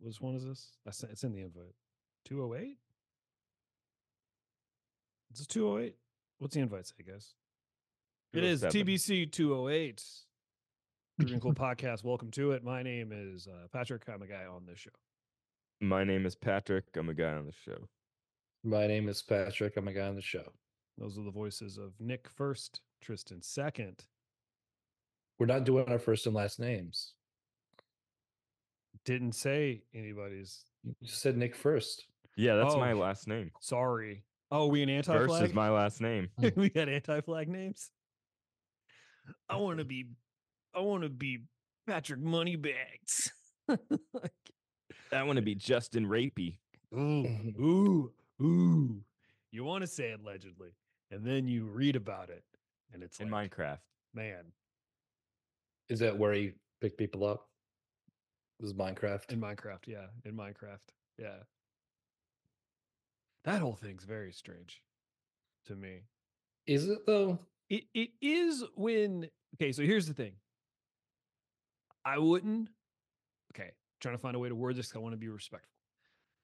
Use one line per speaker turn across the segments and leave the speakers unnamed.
Which one is this? I sent, it's in the invite. 208? It's 208. What's the invite say, guys? It is
207.
TBC 208. Driven oh Cool Podcast. Welcome to it. My name is uh, Patrick. I'm a guy on this show.
My name is Patrick. I'm a guy on the show.
My name is Patrick. I'm a guy on the show.
Those are the voices of Nick first, Tristan second,
We're not doing our first and last names.
didn't say anybody's
You said Nick first.
Yeah, that's
Oh.
my last name.
sorry. Oh, we an anti
First
flag?
is my last name.
we got anti flag names. I want to be, I want to be Patrick Moneybags.
I want to be Justin Rapey.
ooh, ooh, ooh. You want to say allegedly, and then you read about it, and it's
in
like,
Minecraft.
man,
Is that where you pick people up? This is Minecraft.
in Minecraft, yeah, in Minecraft, yeah. That whole thing's very strange to me.
Is it though?
It it is when okay, so here's the thing. I wouldn't okay, trying to find a way to word this 'cause I want to be respectful.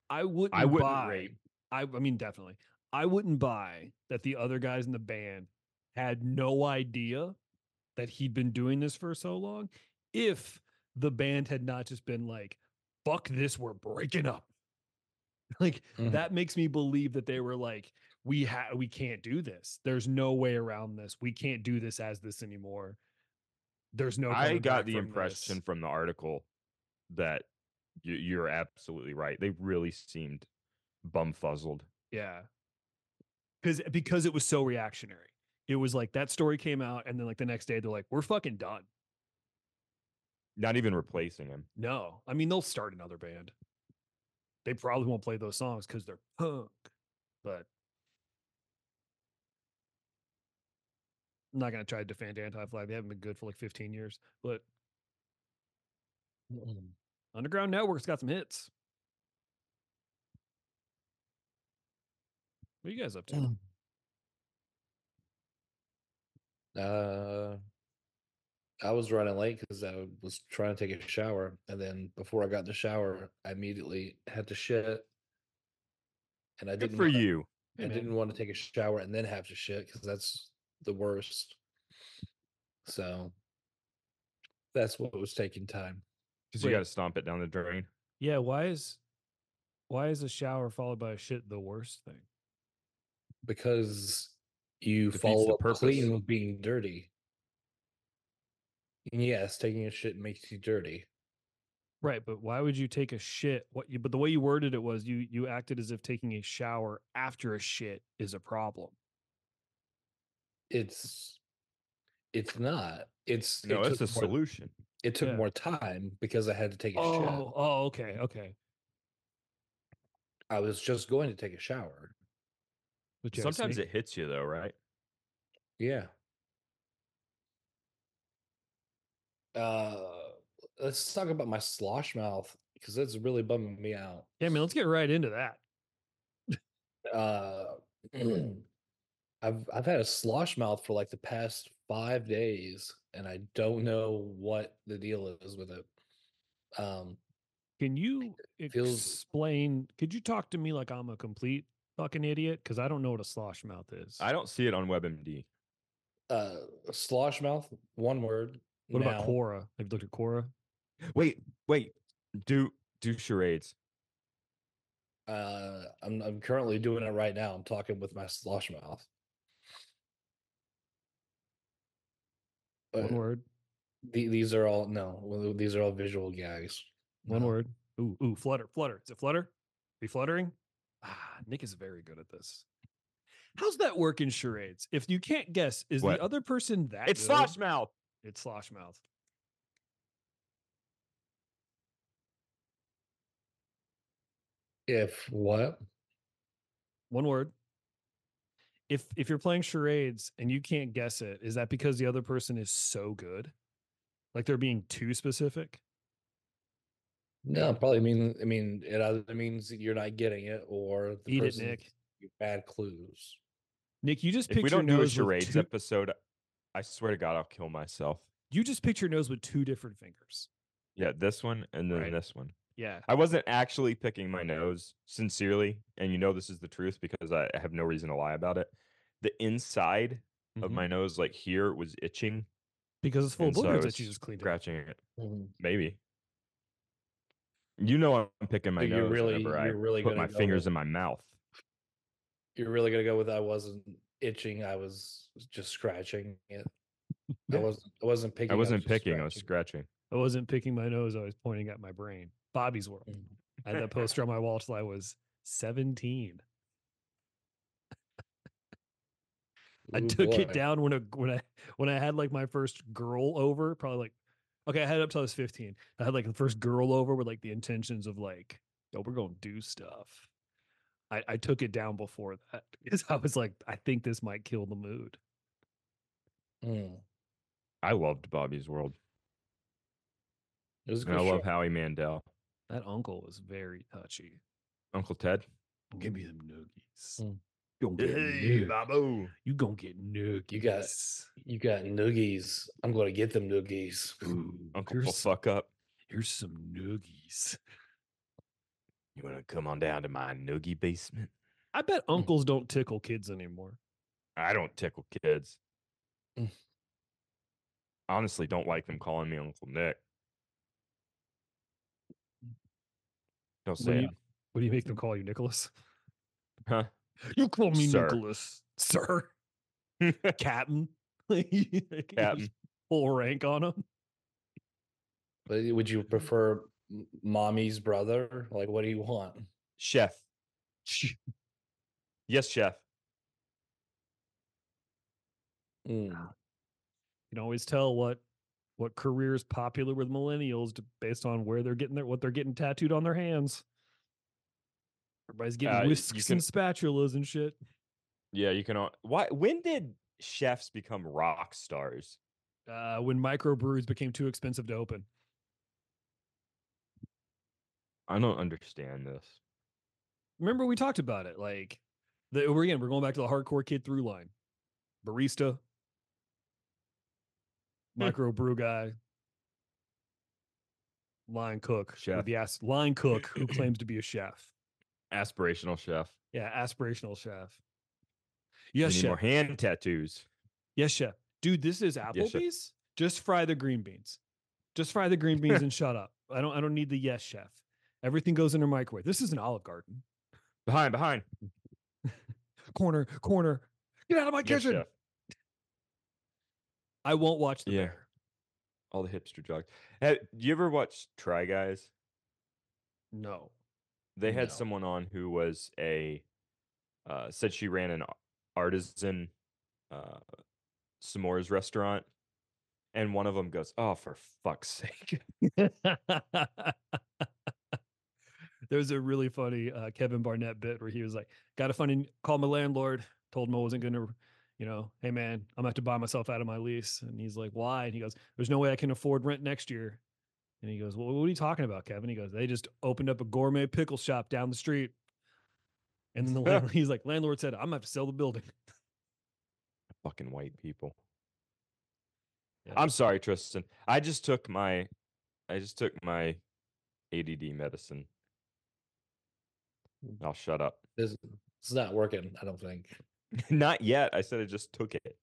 I wouldn't
I wouldn't
buy,
rape.
I I mean definitely. I wouldn't buy that the other guys in the band had no idea that he'd been doing this for so long if the band had not just been like fuck this we're breaking up. Like
Mm-hmm.
Mhm.
that makes me believe that they were like we ha- we can't do this. There's no way around this. We can't do this as this anymore. There's no.
I
coming
got
back
the
from
impression
this."
from the article that you, you're absolutely right. They really seemed bumfuzzled.
Yeah, because because it was so reactionary. It was like that story came out, and then like the next day they're like, we're fucking done.
Not even replacing him.
No, I mean they'll start another band. They probably won't play those songs because they're punk, but. I'm not gonna try to defend anti-flag. They haven't been good for like 15 years, but
Mm-mm.
Underground Network's got some hits. What are you guys up to?
Uh, I was running late because I was trying to take a shower, and then before I got in the shower, I immediately had to shit. And I
Good
didn't
for
wanna-
you.
I didn't want to take a shower and then have to shit because that's the worst. So that's what was taking time.
Because you
Wait.
got to stomp it down the drain.
Yeah, why is why is a shower followed by a shit the worst thing?
because you
Defeats the
follow up
purpose.
clean with being dirty. And yes, taking a shit makes you dirty.
Right, but why would you take a shit? What you but the way you worded it was you you acted as if taking a shower after a shit is a problem.
It's it's not. It's
No,
it
it's a
took more-
solution.
It took
Yeah.
more time because I had to take a
Oh,
shit.
oh, okay, okay.
I was just going to take a shower.
But you had a
Sometimes
sneak-
it hits you though, right?
Yeah. Uh let's talk about my slosh mouth because that's really bumming me out.
Yeah, man, let's get right into that.
Uh
Mm.
I've I've had a slosh mouth for like the past five days and I don't know what the deal is with it. Um
Can you
feels-
explain? Could you talk to me like I'm a complete fucking idiot? Because I don't know what a slosh mouth is.
I don't see it on WebMD.
uh slosh mouth, one word.
What about
now.
Quora? Have you looked at Quora?
Wait, wait. Do do charades.
Uh I'm I'm currently doing it right now. I'm talking with my slosh mouth. But
One word.
the- these are all no, well, these are all visual gags.
One
No.
word. Ooh, ooh, flutter, flutter. Is it flutter? Be fluttering? Ah, Nick is very good at this. How's that work in charades? If you can't guess, is
What?
the other person that
It's
good?
slosh mouth.
It's slosh mouth.
If what?
One word. If if you're playing charades and you can't guess it, is that because the other person is so good? Like they're being too specific?
No, probably mean I mean it either means that you're not getting it or the
Eat it,
person
Nick.
gave bad clues.
Nick, you just
If
picked
we don't
your
do a
nose with
charades
two-
episode, I swear to God, I'll kill myself.
you just picked your nose with two different fingers.
Yeah, this one and then
Right.
this one.
Yeah.
I wasn't actually picking my nose, sincerely, and you know this is the truth because I I have no reason to lie about it. The inside of
Mhm.
my nose, like here, was itching,
Because it's full of
And so I
boogers that
was
you just cleaned up.
scratching it.
Mm-hmm.
Mhm.
Maybe. You know I'm picking my
So you're
nose
really-
whenever I
you're really
put
gonna
my
go
fingers
with-
in my mouth.
You're really gonna go with I wasn't itching, I was just scratching it. I
Yeah.
wasn't I wasn't picking
I wasn't
just
picking, I was
scratching.
scratching.
I wasn't picking my nose, I was pointing at my brain. Bobby's world.
Mm.
I had that poster on my wall till I was 17. I
Ooh,
took it
boy.
down when I when I when I had like my first girl over, probably like okay, I had it up till I was 15. I had like the first girl over with like the intentions of like, yo, we're gonna do stuff. I, I took it down before that because I was like, I think this might kill the mood.
Mm.
I loved Bobby's World.
It was a
And I
good
love
show.
Howie Mandel.
That uncle was very touchy.
Uncle Ted.
Give me them noogies.
Mm.
You gonna get noogies.
Babu.
You gonna get noogies.
You got- you got noogies. I'm gonna get them noogies.
Mm.
Ooh,
Uncle
here's,
will fuck up.
here's some noogies.
You want to come on down to my noogie basement?
I bet
Hmm.
uncles don't tickle kids anymore.
I don't tickle kids.
Mm.
Honestly, don't like them calling me Uncle Nick.
When
Don't say
you-
it.
What do you make them call you, Nicholas?
Mm-hmm. Huh?
You call me
Sir.
Nicholas, sir, captain. Like, you
Captain.
just Full rank on them.
But eh, would you prefer m- mommy's brother? Like what do you want?
Chef. Yes, chef.
Mm.
You can always tell what what career is popular with millennials d- based on where they're getting their what they're getting tattooed on their hands. Everybody's
Uh,
getting
you
whisks and spatulas and shit.
Yeah, you can. al- Why? When did chefs become rock stars?
Uh, when microbrews became too expensive to open.
I don't understand this.
remember we talked about it like the we're again we're going back to the hardcore kid through line
Hmm.
barista micro brew guy line cook
Chef.
the ass line cook who claims to be a chef
Aspirational chef.
yeah aspirational chef
We
yes
need more
chef
hand tattoos.
yes chef dude this is
Yes,
applebee's
chef.
just fry the green beans just fry the green beans and shut up i don't i don't need the yes chef everything goes in a microwave this is an olive garden
Behind, behind.
corner corner get out of my
Yes,
kitchen
chef.
I won't watch the
Yeah.
bear.
All the hipster jokes. Have you ever watched Try Guys?
No.
They had
No.
someone on who was a uh, said she ran an a- artisan uh, s'mores restaurant, and one of them goes, "Oh, for fuck's sake!"
There's a really funny uh, Kevin Barnett bit where he was like, "Got to funny call my landlord, told him I wasn't gonna, you know, hey man, I'm gonna have to buy myself out of my lease." And he's like, "Why?" And he goes, "There's no way I can afford rent next year." And he goes, "Well, what are you talking about, Kevin?" He goes, "They just opened up a gourmet pickle shop down the street." And then the landlord, he's like, "Landlord said I'm gonna have to sell the building."
Fucking white people.
Yeah.
I'm sorry, Tristan. I just took my, I just took my ADD medicine.
Hmm.
I'll shut up.
This, it's not working, I don't think.
Not yet. I said I just took it.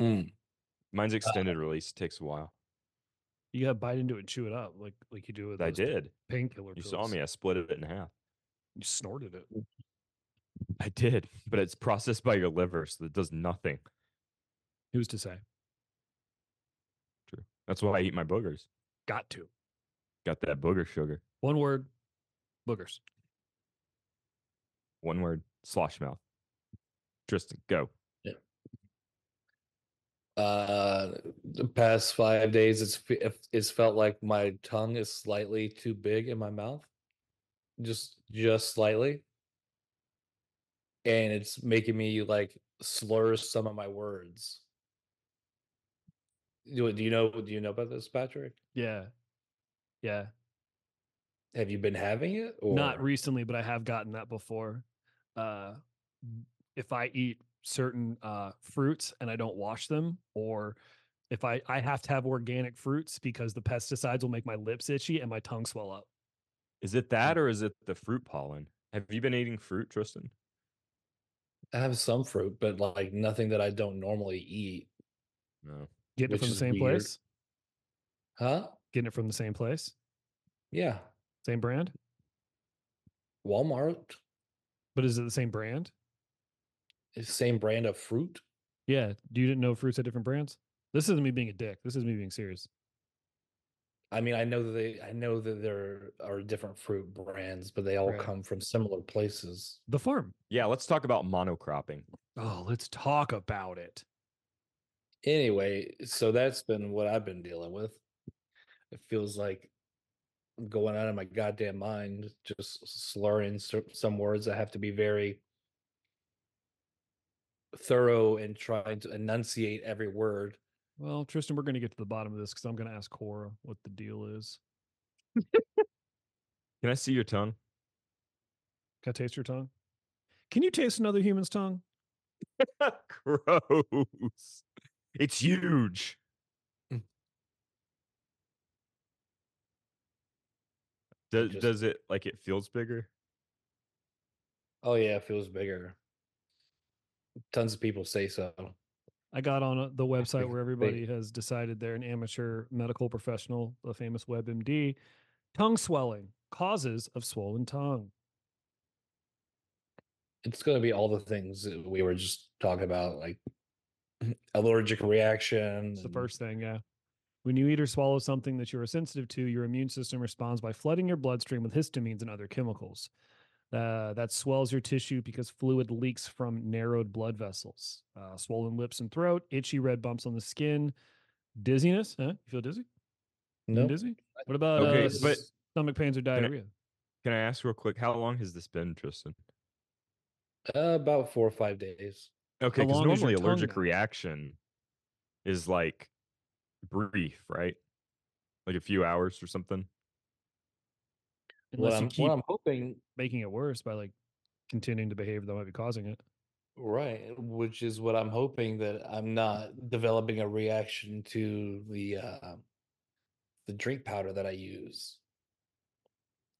Mm.
Uh,
Mine's extended release. Takes a while.
You gotta bite into it and chew it up, like like you do with
I
those
did.
painkiller.
You
pills.
saw me. Mm. I split it in half.
You snorted it.
I did, but it's processed by your liver, so it does nothing.
Who's to say?
That's why I eat my boogers.
Got to.
Got that booger sugar.
One word, boogers.
One word, slosh mouth. Tristan, go.
Uh, the past five days, it's fe- if- it's felt like my tongue is slightly too big in my mouth, just just slightly, and it's making me like slur some of my words. Do, do you know? Do you know about this, Patrick?
Yeah. Yeah.
Have you been having it? Or
Not recently, but I have gotten that before. Uh, if I eat certain uh, fruits and I don't wash them, or if I, I have to have organic fruits because the pesticides will make my lips itchy and my tongue swell up.
Is it that or is it the fruit pollen? Have you been eating fruit, Tristan?
I have some fruit, but like nothing that I don't normally eat.
No.
Getting it
Which
from the
is
same
weird.
place.
Huh?
Getting it from the same place,
Yeah.
same brand.
Walmart,
But is it the same brand?
is same brand of fruit.
Yeah. Do you didn't know fruits had different brands? This isn't me being a dick. This is me being serious.
I mean, I know that they, I know that there are different fruit brands, but they all
Right.
come from similar places.
The farm.
Yeah, let's talk about monocropping.
Oh, let's talk about it.
Anyway, so that's been what I've been dealing with. It feels like I'm going out of my goddamn mind, just slurring cer- some words. I have to be very thorough in trying to enunciate every word.
Well, Tristan, we're going to get to the bottom of this because I'm going to ask Cora what the deal is.
Can I see your tongue?
Can I taste your tongue? Can you taste another human's tongue?
Gross. It's huge.
Mm.
Does
just-
does it like it feels bigger?
Oh yeah, it feels bigger. Tons of people say so.
I got on a- the website where
They-
everybody has decided they're an amateur medical professional, the famous WebMD. Tongue swelling, causes of swollen tongue.
It's going to be all the things that we were just talking about, like allergic reaction.
It's the
and-
first thing, yeah. When you eat or swallow something that you are sensitive to, your immune system responds by flooding your bloodstream with histamines and other chemicals. Uh, that swells your tissue because fluid leaks from narrowed blood vessels. Uh, swollen lips and throat, itchy red bumps on the skin, dizziness. Huh? You feel dizzy? You
Nope.
Dizzy? What about
Okay,
uh,
this
but-
is-
stomach pains or
I-
diarrhea?
Can I ask real quick how long has this been, Tristan?
uh, about four or five days.
Okay, because
long is your
normally
tongue
allergic
now?
reaction is like brief, right? Like a few hours or something.
Unless
what,
you
I'm,
keep
what I'm hoping
making it worse by like continuing to behave that might be causing it.
Right, which is what I'm hoping that I'm not developing a reaction to the uh, the drink powder that I use,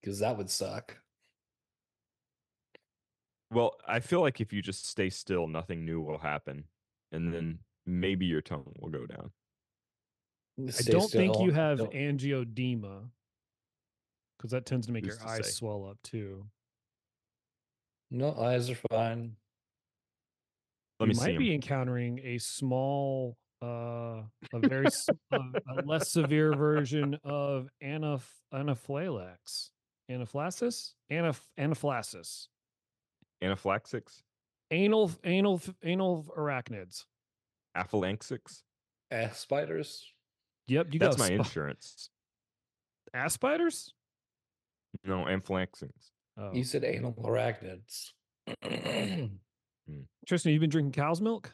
because that would suck.
Well, I feel like if you just stay still, nothing new will happen, and then maybe your tongue will go down.
I
Stay
don't think
still,
you have
don't-
angioedema because that tends to make
Who's
your
to
eyes
say?
swell up too.
no eyes are fine.
Let
you
me
might
see. 'em.
be encountering a small, uh, a very s- a, a less severe version of anaph- anaphylax, anaphylaxis, Anaph- anaphylaxis,
Anaphylaxis,
anal, anal, f- anal arachnids.
aphylaxis.
Ass Eh, spiders.
Yep, you
That's
got
my
sp-
insurance.
ass spiders.
No, anaphylaxis.
Oh.
You said anal arachnids.
Tristan, you've been drinking cow's milk.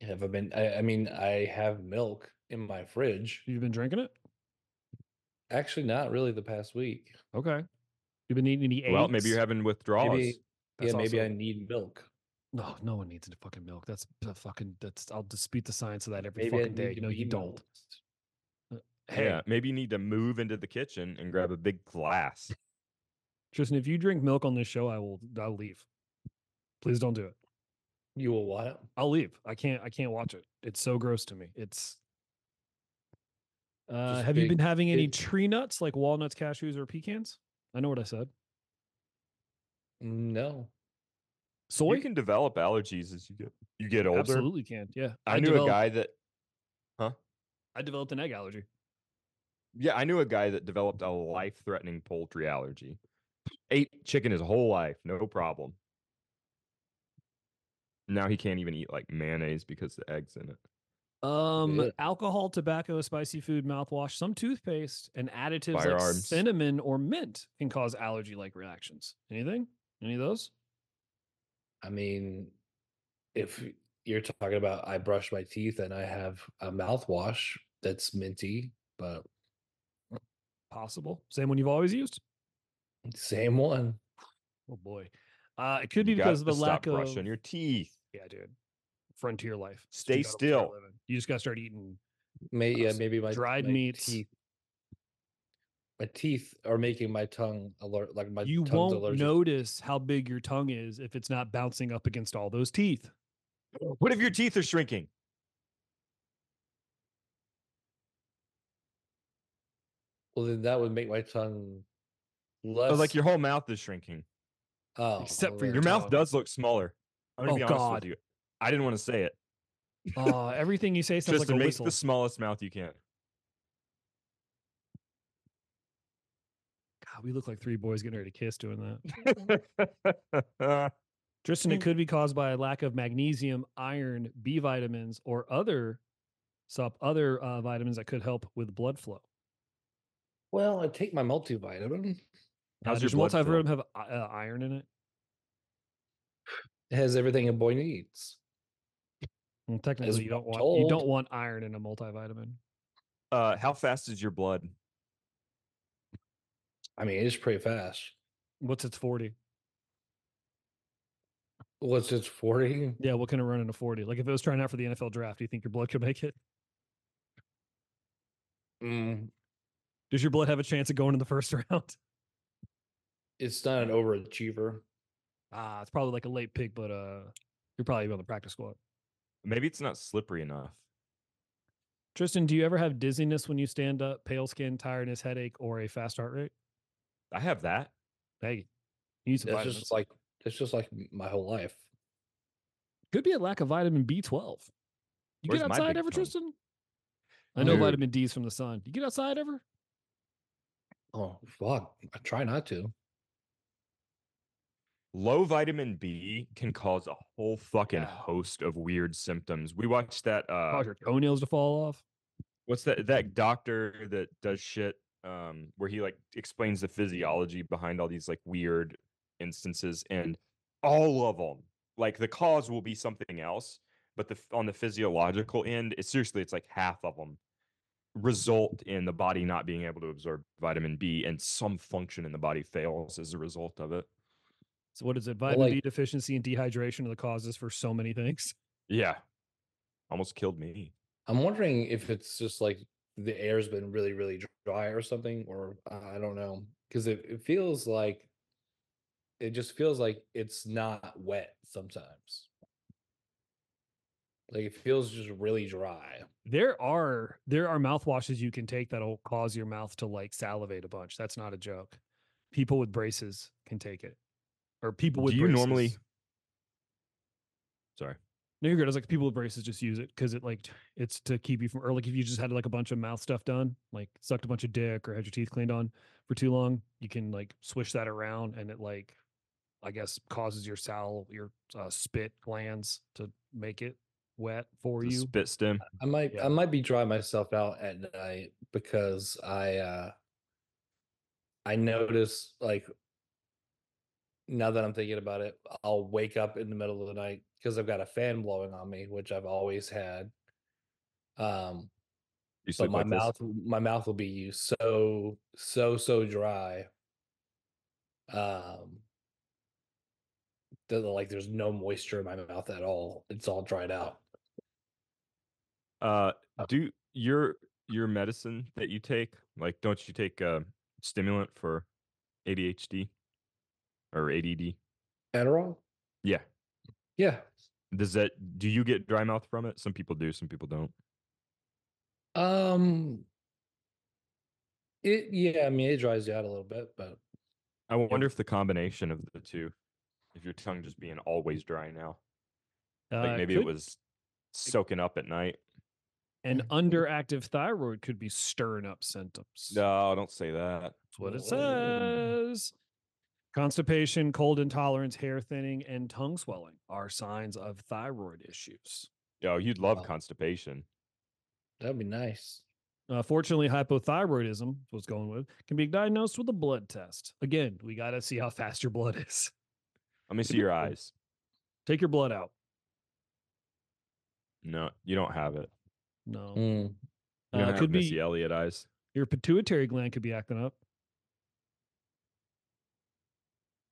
have I been? I, I mean, I have milk in my fridge.
You've been drinking it.
Actually, not really the past week.
Okay. You've been eating the
Well, maybe you're
eggs?
having withdrawals.
Maybe,
That's
yeah, maybe
also-
I need milk.
No, no one needs any fucking milk. That's a fucking. That's I'll dispute the science of that every
Maybe I
fucking
need
day.
to
You know
be
you don't.
milked.
Hey,
Yeah, maybe you need to move into the kitchen and grab a big glass.
Tristan, if you drink milk on this show, I will. I'll leave. Please don't do it.
You will what?
I'll leave. I can't. I can't watch it. It's so gross to me. It's. Uh,
Just
have you
big
been having any
big-
tree nuts like walnuts, cashews, or pecans? I know what I said.
No.
Soy.
You can develop allergies as you get you get older.
Absolutely can. Yeah,
I, knew
developed,
a guy that
I developed an egg allergy.
yeah, I knew a guy that developed a life-threatening poultry allergy. Ate chicken his whole life, no problem. Now he can't even eat like mayonnaise because the eggs in it.
Um,
Yeah.
alcohol, tobacco, spicy food, mouthwash, some toothpaste, and additives like
Firearms.
cinnamon or mint can cause allergy-like reactions. Anything? Any of those?
I mean, if you're talking about I brush my teeth and I have a mouthwash that's minty, but
Possible. Same one you've always used.
Same one.
Oh boy. Uh, it could be
You
because of the
gotta
lack of
stop brushing your teeth.
yeah, dude. Frontier life. It's
Stay
too goddamn hard
still.
living. You just gotta start eating.
May, yeah,
Gross.
maybe my
Dried
my
meats.
Teeth, my teeth are making my tongue alert. Like my
you
tongue's
won't
allergic.
notice how big your tongue is if it's not bouncing up against all those teeth.
What if your teeth are shrinking?
Well, then that would make my tongue less
Oh, like your whole mouth is shrinking.
oh,
except for
well,
Your
Your
mouth
tongue.
does look smaller. I'm gonna
Oh,
be honest
God.
with you. I didn't want to say it.
Uh, everything you say sounds
Just
like a
make
whistle.
the smallest mouth you can.
God, we look like three boys getting ready to kiss doing that.
That's
Tristan, it
Mm.
could be caused by a lack of magnesium, iron, B vitamins, or other sup other uh, vitamins that could help with blood flow.
Well, I take my multivitamin.
Uh,
How's your
does
blood flow?
multivitamin have i- uh, iron in it?
It has everything a boy needs.
Well, technically, you
what
don't
I'm
want you don't
told.
want iron in a multivitamin.
uh, how fast is your blood?
I mean, it's pretty fast.
What's its forty?
What's it's forty?
Yeah, what can it run in a forty? Like if it was trying out for the NFL draft, do you think your blood could make it?
Mm,
Does your blood have a chance of going in the first round?
it's not an overachiever.
Ah, it's probably like a late pick, but uh, you're probably on the practice squad.
Maybe it's not slippery enough.
Tristan, do you ever have dizziness when you stand up, pale skin, tiredness, headache, or a fast heart rate?
I have that.
Hey, you need some
It's
vitamins.
just like it's just like m- my whole life.
Could be a lack of vitamin B12. You
Where's
get
my
outside
big
ever,
toe?
Tristan? I know
Dude.
vitamin D's from the sun. You get outside ever?
Oh fuck! I try not to.
Low vitamin B can cause a whole fucking
Yeah.
host of weird symptoms. We watched that uh
Cause your toenails to fall off.
what's that that doctor that does shit um where he like explains the physiology behind all these like weird instances and all of them like the cause will be something else but the f- on the physiological end it's seriously it's like half of them result in the body not being able to absorb vitamin b and some function in the body fails as a result of it
So what is it? Vitamin
like-
D deficiency and dehydration are the causes for so many things.
yeah almost killed me
I'm wondering if it's just like the air's been really, really dr- dry or something, or I I don't know, because it, it feels like it just feels like it's not wet sometimes. Like it feels just really dry.
There are there are mouthwashes you can take that'll cause your mouth to like salivate a bunch. That's not a joke. People with braces can take it, or people with
do you normally
braces-
sorry
No, you're good. I was like, people with braces just use it because it like t- it's to keep you from, or like if you just had like a bunch of mouth stuff done, like sucked a bunch of dick or had your teeth cleaned on for too long, you can like swish that around and it like, I guess, causes your sal, your uh, spit glands to make it wet for
the
you.
spit stem
I might
Yeah.
I might be drying myself out at night because I uh I notice like now that I'm thinking about it, I'll wake up in the middle of the night because I've got a fan blowing on me, which I've always had. Um
you
but
sleep
my
like this?
mouth my mouth will be so so so dry. Um that like there's no moisture in my mouth at all. It's all dried out.
Uh,
Uh,
do your your medicine that you take like don't you take a stimulant for ADHD or ADD?
Adderall?
Yeah.
Yeah.
Does that do you get dry mouth from it? Some people do, some people don't.
Um, it yeah, I mean it dries you out a little bit, but
I wonder if the combination of the two, if your tongue just being always dry now, like
Uh,
maybe it
could-
was soaking up at night.
an underactive thyroid could be stirring up symptoms.
No, don't say that.
That's what it
Mm.
says. Constipation, cold intolerance, hair thinning, and tongue swelling are signs of thyroid issues.
Oh, you'd love
Wow.
constipation.
that'd be nice.
Uh, fortunately, hypothyroidism is what's going with can be diagnosed with a blood test. Again, we got to see how fast your blood is.
Let me see
be
your
cool.
eyes.
Take your blood out.
No, you don't have it.
No,
Mm.
You don't
uh,
have
could
Missy
be
Elliott eyes.
Your pituitary gland could be acting up.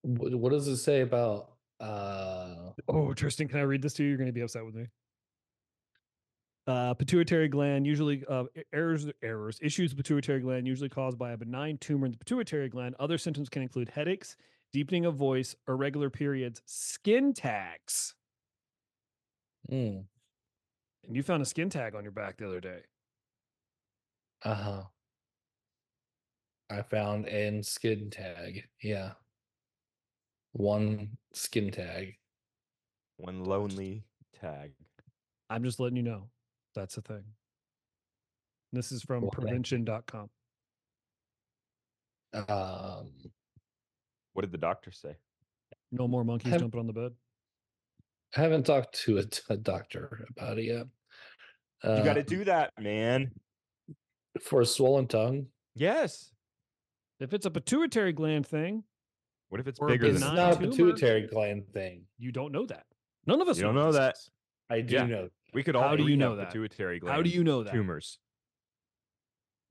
What, what does it say about uh
Oh, Tristan, can I read this to you? You're going to be upset with me. Uh, pituitary gland usually uh, e- errors errors issues with pituitary gland usually caused by a benign tumor in the pituitary gland. Other symptoms can include headaches, deepening of voice, irregular periods, skin tags.
mm,
And you found a skin tag on your back the other day.
uh-huh. I found an skin tag. Yeah. One skin tag.
One lonely tag.
I'm just letting you know that's a thing. This is from
Well, thank you.
prevention.com.
Um
What did the doctor say?
No more monkeys
Have-
jumping on the bed.
I haven't talked to a, t- a doctor about it yet.
Uh,
You got to
Um,
do that, man.
for a swollen tongue.
Yes.
If it's a pituitary gland thing,
What if it's
Or a
bigger
It's
than
benign
not a
that?
tumor?
pituitary gland thing.
you don't know that. None of us
You don't know
this
that.
is.
I do
Yeah.
know
We could all
How do
three
you
have
know that?
pituitary gland
How do you know that?
tumors?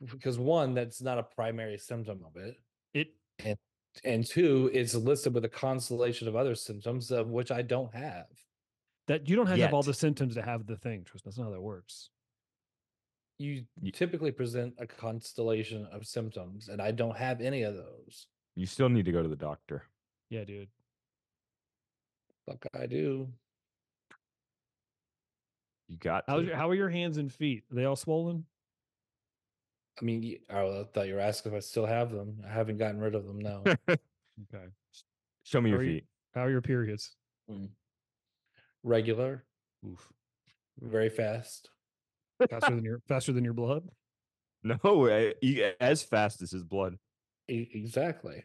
because one, that's not a primary symptom of it.
It
And two, it's listed with a constellation of other symptoms of which I don't have.
that you don't have to have all
Yet.
the symptoms to have the thing, Tristan. That's not how that works.
You
Ye-
typically present a constellation of symptoms, and I don't have any of those.
You still need to go to the doctor.
Yeah, dude.
Fuck, I do.
You got.
How's
to.
your, how are your hands and feet? Are they all swollen?
I mean, y- I thought you were asking if I still have them. I haven't gotten rid of them now.
Okay.
Show me your
How are you-
feet.
How are your periods?
Regular,
Oof.
very fast.
Faster than your faster than your blood.
No, eh, e- as fast as his blood.
E- exactly.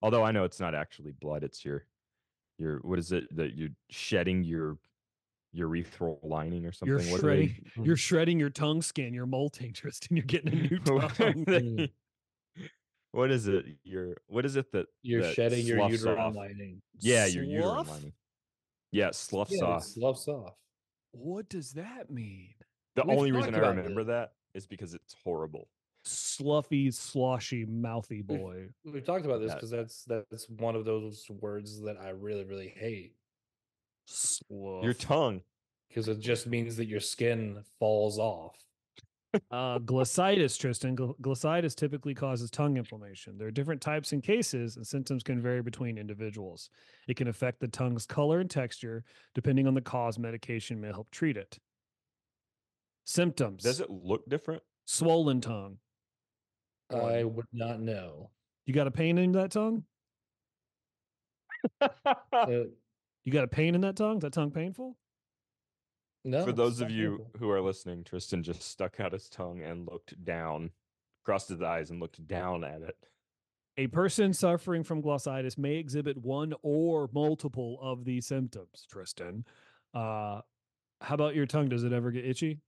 Although I know it's not actually blood; it's your, your what is it that you're shedding your urethral lining or something?
You're
What do they-
shredding. You're shredding your tongue skin. You're molting, Tristan. You're getting a new
What are
tongue.
they- what is it? Your what is it that
You're
that
shedding your
sloughs
uterine
off?
lining.
Yeah, your uterine
Slough?
lining. Yeah, sloughs
Yeah, it
off.
sloughs off.
What does that mean?
The
We've
only reason I
talked about
remember that is because it's horrible.
Sluffy, sloshy,
Mm.
mouthy
We've-
boy.
We've talked about this
That-
because that's that's one of those words that I really really hate
Sluff.
Your tongue.
because it just means that your skin falls off.
Uh, glossitis, Tristan. Gl- glossitis typically causes tongue inflammation. There are different types and cases, and symptoms can vary between individuals. It can affect the tongue's color and texture, depending on the cause. Medication may help treat it. Symptoms:
Does it look different?
swollen tongue.
I would not know.
You got a pain in that tongue?
Uh,
You got a pain in that tongue? Is that tongue painful?
no.
For
it's
those
not
of you
painful.
who are listening, Tristan just stuck out his tongue and looked down, crossed his eyes and looked down at it.
A person suffering from glossitis may exhibit one or multiple of these symptoms, Tristan. Uh, how about your tongue? Does it ever get itchy?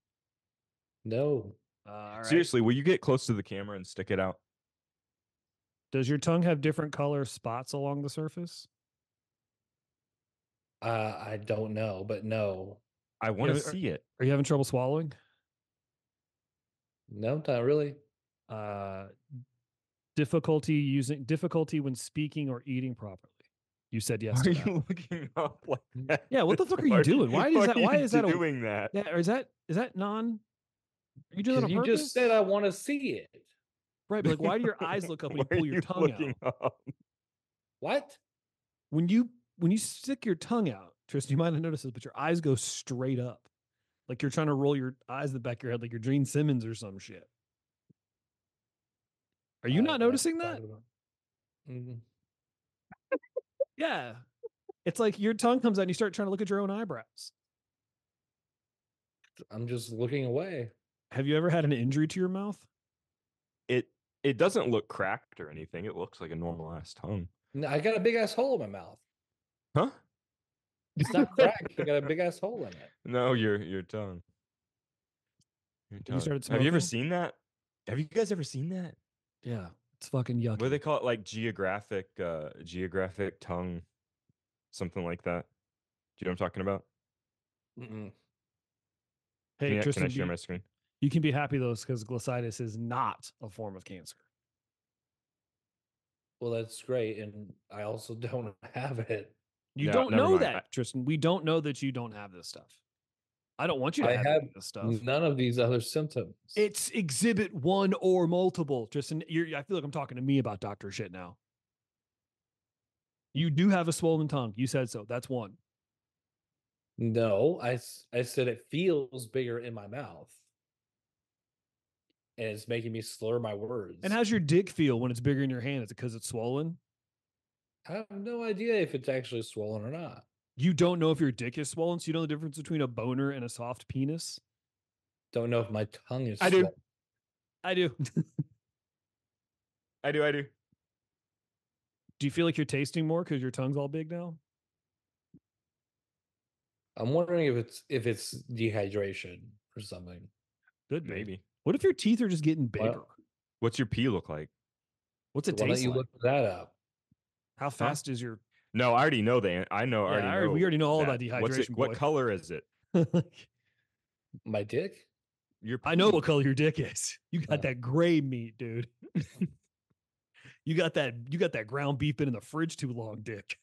no,
Uh, all right.
Seriously, will you get close to the camera and stick it out?
Does your tongue have different color spots along the surface?
uh, I don't know, but no,
I want to
but-
see it.
Are you having trouble swallowing?
no, not really.
Uh, difficulty using difficulty when speaking or eating properly. You said yes.
Why
to
are
that.
you looking up like that?
Yeah, what the fuck are you doing? Why is that- why is that a-
doing that?
Yeah, or is that is that non? Are you doing that
'Cause
on
You
purpose?
just said I want to see it.
right, but like, why do your eyes look up when you
Why are
pull your tongue out?
looking up?
What?
When you when you stick your tongue out, Tristan, you might not notice this, but your eyes go straight up, like you're trying to roll your eyes in the back of your head, like you're Gene Simmons or some shit. Are you
I
not
don't
noticing
talk
that?
about- Mm,
Yeah. It's like your tongue comes out and you start trying to look at your own eyebrows.
I'm just looking away.
Have you ever had an injury to your mouth?
It it doesn't look cracked or anything. It looks like a normal ass tongue.
No, I got a big ass hole in my mouth.
Huh?
It's not cracked. I got a big ass hole in it.
No, your your tongue. Your
You started
Have you ever
smoking?
seen that? Have you guys ever seen that?
Yeah. It's fucking yucky.
What do they call it? Like geographic, uh, geographic tongue, something like that. Do you know what I'm talking about?
Mm-mm.
hey,
yeah, can I
Tristan, do
share
you,
my screen?
You can be happy though, because glossitis is not a form of cancer.
Well, that's great, and I also don't have it.
You
No,
don't
never
know
mind.
that,
I-
Tristan. We don't know that you don't have this stuff. I don't want you to
I
have, any of
have
this stuff.
None of these other symptoms.
It's exhibit one or multiple. Tristan, you're, I feel like I'm talking to me about doctor shit now. You do have a swollen tongue. You said so. That's one.
No, I s- I said it feels bigger in my mouth, and it's making me slur my words.
And how's your dick feel when it's bigger in your hand? Is it because it's swollen?
I have no idea if it's actually swollen or not.
You don't know if your dick is swollen, so you know the difference between a boner and a soft penis.
Don't know if my tongue is.
I do.
swollen.
I do. do
I do. I do.
you feel like you're tasting more because your tongue's all big now?
I'm wondering if it's if it's dehydration or something.
Good,
Maybe.
What if your teeth are just getting bigger?
What's your pee look like?
What's it
Why don't
taste
you
like?
look that up?
How fast is your?
No, I already know the. an- I know. I
Yeah,
already
I already-
know
we already know all about
that. What's it,
dehydration,
what
boy.
color is it?
My dick.
Your
I know
pee.
what color your dick is. You got
Yeah.
that gray meat, dude. you got that. You got that ground beef been in the fridge too long, dick.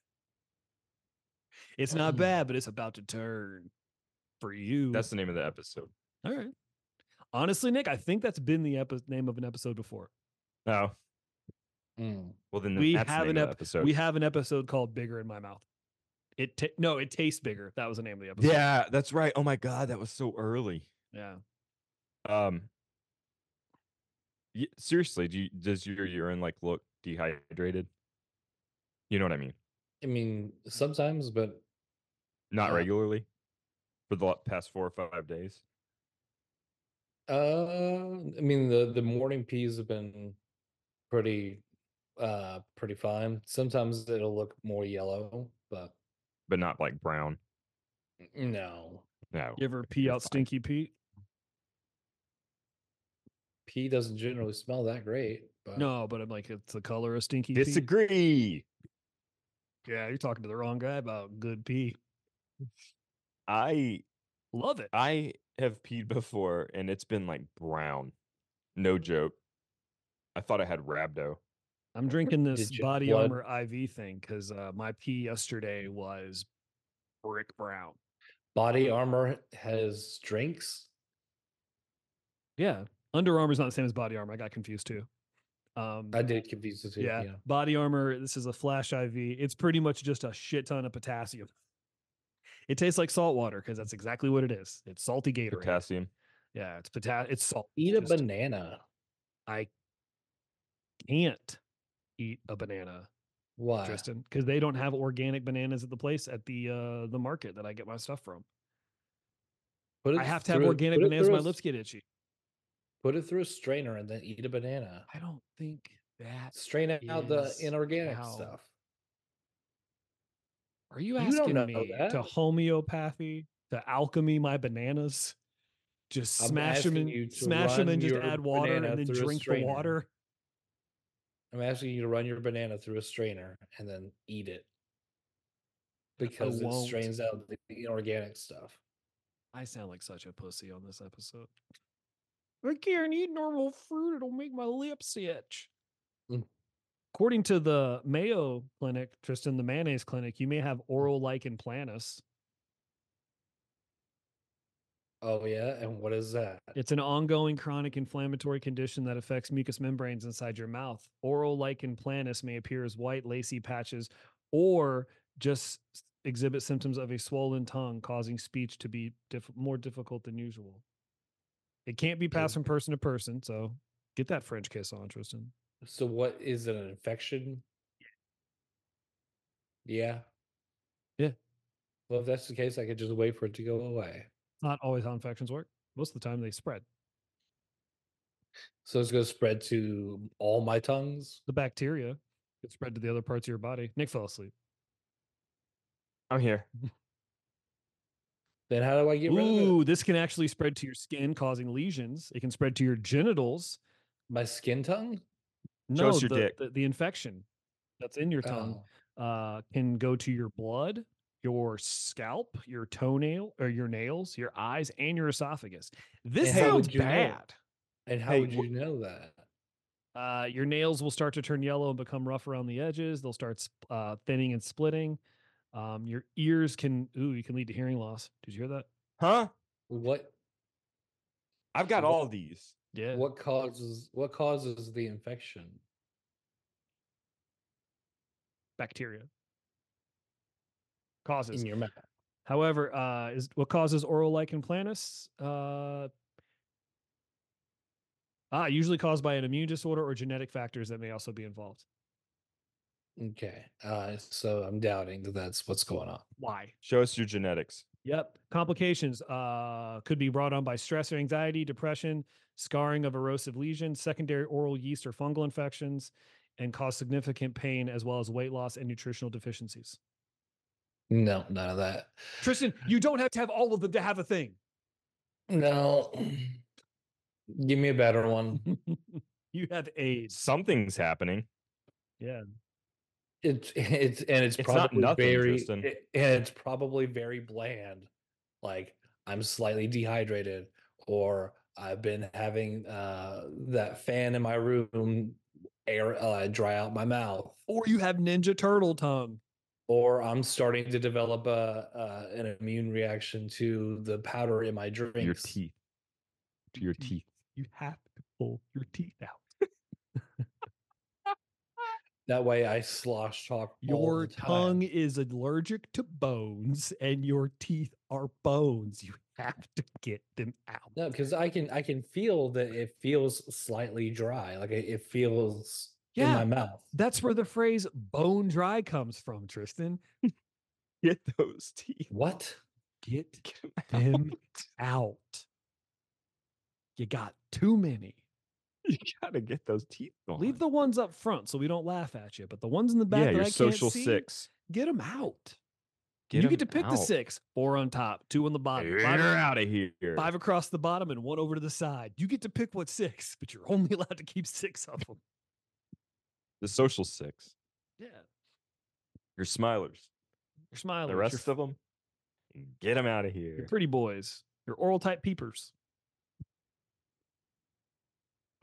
It's not
Mm.
bad, but it's about to turn for you.
That's the name of the episode.
All right. Honestly, Nick, I think that's been the epi- name of an episode before.
Oh,
Mm.
well then
We
that's the
have an
name of the
ep-
episode.
We have an episode called "Bigger in My Mouth." It ta- no, it tastes bigger. That was the name of the episode.
yeah, that's right. Oh my god, that was so early.
yeah.
Um, y- seriously, do you, does your urine like look dehydrated? You know what I mean?
I mean, sometimes, but
Not
Yeah.
regularly for the la- past four or five days.
Uh, I mean the the morning peas have been pretty uh pretty fine. Sometimes it'll look more yellow, but
but not like brown.
no.
No.
You ever pee
You're
out
fine.
Stinky Pete?
Pea doesn't generally smell that great, but
No, but I'm like, it's the color of Stinky Pete.
Disagree.
Yeah, you're talking to the wrong guy about good pee.
I
Love it.
I have peed before and it's been like brown. No joke. I thought I had rhabdo.
I'm drinking this
Did you-
body
what?
armor IV thing because uh, my pee yesterday was brick brown.
Body Armor has drinks.
Yeah, Under Armour is not the same as Body Armor. I got confused too. Um,
I did confuse the two.
yeah. Body armor. This is a flash IV. It's pretty much just a shit ton of potassium. It tastes like salt water because that's exactly what it is. It's salty Gatorade.
Potassium.
Yeah, it's pota- It's salt.
Eat a
Just-
banana.
I can't eat a banana,
Why?
Tristan, because they don't have organic bananas at the place at the uh the market that I get my stuff from.
Put
I
it
have to have
through-
organic
put it
bananas.
through
My
a s-
lips get itchy.
Put it through a strainer and then eat a banana.
I don't think that.
Strain out the
is
inorganic
how-
stuff.
Are you
You don't
asking
know
me to
that.
homeopathy, to alchemy my bananas? Just
I'm
smash them
asking
and
you to
smash them
run
and just
your
add water and
banana
then
through a
drink the
strainer.
water.
I'm asking you to run your banana through a strainer and then eat it because it
won't.
strains out the inorganic stuff.
I sound like such a pussy on this episode. I can't eat normal fruit; it'll make my lips itch.
Mm.
According to the Mayo Clinic, Tristan, the mayonnaise clinic, you may have oral lichen planus.
Oh yeah, and what is that?
It's an ongoing chronic inflammatory condition that affects mucous membranes inside your mouth. Oral lichen planus may appear as white, lacy patches or just s- exhibit symptoms of a swollen tongue, causing speech to be diff- more difficult than usual. It can't be passed
Is-
from person to person. So get that French kiss on, Tristan.
So what is it, an infection? Yeah.
Yeah.
Well, if that's the case, I could just wait for it to go away.
Not always how infections work. Most of the time, they spread.
So it's going to spread to all my tongues.
The bacteria get spread to the other parts of your body. Nick fell asleep.
I'm here.
Then how do I get rid of it?
Ooh, this can actually spread to your skin, causing lesions. It can spread to your genitals,
My skin tongue?
No,
Show us your
the,
dick.
The, the infection that's in your tongue
Oh,
uh, can go to your blood, your scalp, your toenail or your nails, your eyes, and your esophagus. This
And how would
sounds
you know?
bad.
And how
Hey,
would
wh-
you know that?
Uh, your nails will start to turn yellow and become rough around the edges. They'll start sp- uh, thinning and splitting. Um, your ears can ooh, you can lead to hearing loss. Did you hear that?
Huh?
What
I've got
Wha-
all these.
Yeah.
what causes what causes the infection?
Bacteria causes.
in your mouth.
However, uh, is what causes oral lichen planus? Uh, ah, usually caused by an immune disorder or genetic factors that may also be involved.
Okay. Uh, so I'm doubting that that's what's going on.
Why?
Show us your genetics.
Yep. Complications uh, could be brought on by stress or anxiety, depression, scarring of erosive lesions, secondary oral yeast or fungal infections, and cause significant pain as well as weight loss and nutritional deficiencies.
No, none of that.
Tristan, you don't have to have all of them to have a thing.
No. Give me a better one.
you have AIDS.
Something's happening.
Yeah.
It's it's and it's,
Mm-hmm. It's not
probably
nothing,
very
Tristan.
it- and it's probably very bland. Like I'm slightly dehydrated, or I've been having uh that fan in my room air uh, dry out my mouth,
Or you have Ninja Turtle tongue.
or I'm starting to develop a uh, an immune reaction to the powder in my drinks.
Your teeth. To
Mm.
your teeth.
You have to pull your teeth out.
That way, I slosh talk. all
Your
the time.
tongue is allergic to bones, and your teeth are bones. You have to get them out.
No, because I can I can feel that it feels slightly dry. Like it, it feels in
Yeah.
my mouth.
That's where the phrase bone dry comes from, Tristan.
Get those teeth.
What?
Get
Get 'em out.
them out. You got too many.
You gotta get those teeth gone.
Leave the ones up front so we don't laugh at you, but the ones in the back
yeah,
that
your
I
social
can't see,
six.
get them out.
Get
you get to
'em
pick the
out.
six, four on top, two on the bottom,
You're
five,
out of here.
five across the bottom, and one over to the side. You get to pick what six, but you're only allowed to keep six of them.
The social six.
Yeah,
Your smilers.
you're smiling.
The rest
you're,
of them. Get them out of
you're
here.
pretty boys. You're oral type peepers.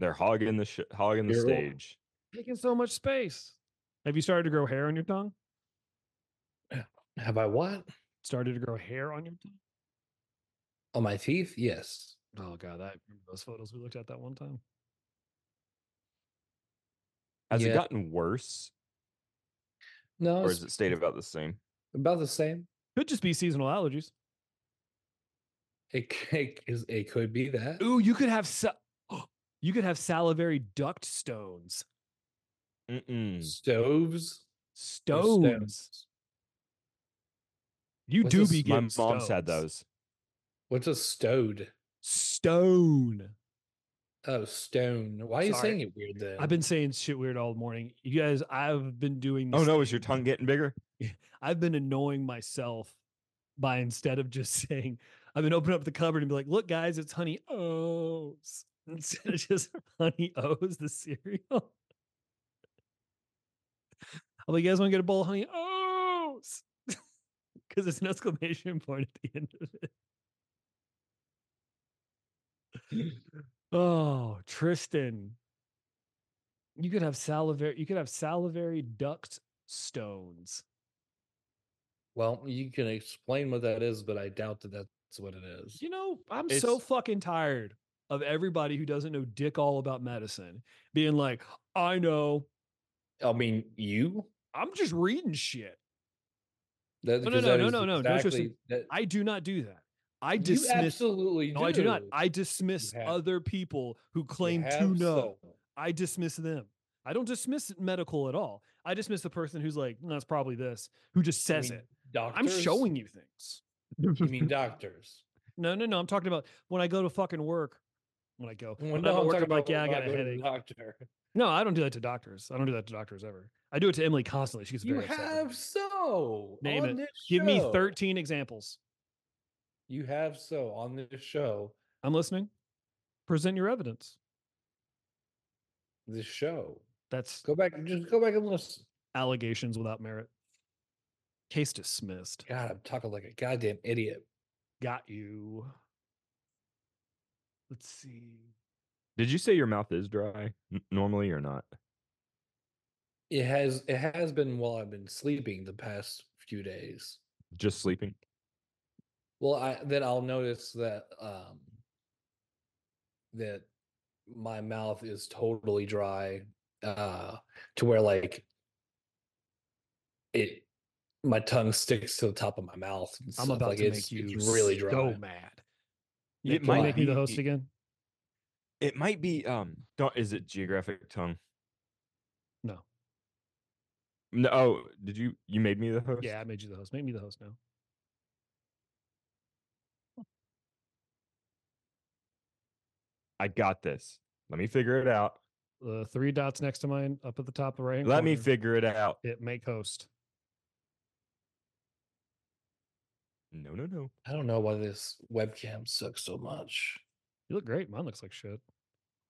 They're hogging the sh- hogging the
You're all-
stage.
taking so much space. Have you started to grow hair on your tongue?
Have I what?
Started to grow hair on your tongue?
On my teeth? Yes.
Oh god, I remember those photos we looked at that one time.
Has
Yeah.
it gotten worse,
No.
or
it's
has it stayed about the same?
about the same?
Could just be seasonal allergies.
It c- it, is- it could be that.
Ooh, you could have sa- oh, you could have salivary duct stones,
Mm-mm.
Stoves. or
stones.
stones?
You
What's
do
this?
be
My
getting
mom's had
stones.
those.
What's a stowed?
Stone.
Oh, stone. Why are you
Sorry.
saying it weird then?
I've been saying shit weird all morning. You guys, I've been doing.
Oh
this
no, is your
thing.
tongue getting bigger?
I've been annoying myself by instead of just saying, I've been opening up the cupboard and be like, look, guys, it's honey O's instead of just honey O's, the cereal. I'm like, you guys want to get a bowl of honey O's? Because it's an exclamation point at the end of it. oh, Tristan. You could have salivary, you could have salivary duct stones.
Well, you can explain what that is, but I doubt that that's what it is.
You know, I'm so
It's-
fucking tired of everybody who doesn't know dick all about medicine being like, I know,
I mean, you.
I'm just reading shit.
That,
Oh, No, no,
'cause
no,
that
no,
is
no, no, no, Tristan.
exactly- that-
I do not do that. I
You
dismiss.
absolutely
No, I do not.
do.
I dismiss
have-
other people who claim to
have
know.
some.
I dismiss them. I don't dismiss medical at all. I dismiss the person who's like, "Mm, that's probably this, who just
You
says
mean
it.
Doctors?
I'm showing you things.
You mean doctors?
No, no, no. I'm talking about when I go to fucking work. When I go,
Well,
when
no,
I'm at
I'm
work,
talking
I'm like,
about
yeah, I
when
got a
go to the
headache.
Doctor,
No, I don't do that to doctors. I don't do that to doctors ever. I do it to Emily constantly. She gets
you
very upset. with me.
have so.
Name
on
it.
This
Give me
show.
13 examples.
You have so on this show.
I'm listening. Present your evidence.
This show.
That's
Go back. Just go back and listen.
allegations without merit. Case dismissed.
God, I'm talking like a goddamn idiot.
Got you. Let's see.
Did you say your mouth is dry n- normally or not?
It has it has been while I've been sleeping the past few days.
Just sleeping?
Well, I then I'll notice that um that my mouth is totally dry uh to where like it my tongue sticks to the top of my mouth. and
I'm
stuff,
about
like,
to
it's-
make you
it's really dry.
so mad.
It
Nick, can
might
you make me the
be-
host again?
It might be um don't is it geographic tongue?
No.
No oh, did you you made me the host?
Yeah, I made you the host. Make me the host now.
I got this. Let me figure it out.
The three dots next to mine up at the top right.
Let me figure it out.
it. Make host.
No, no, no.
I don't know why this webcam sucks so much.
You look great. Mine looks like shit.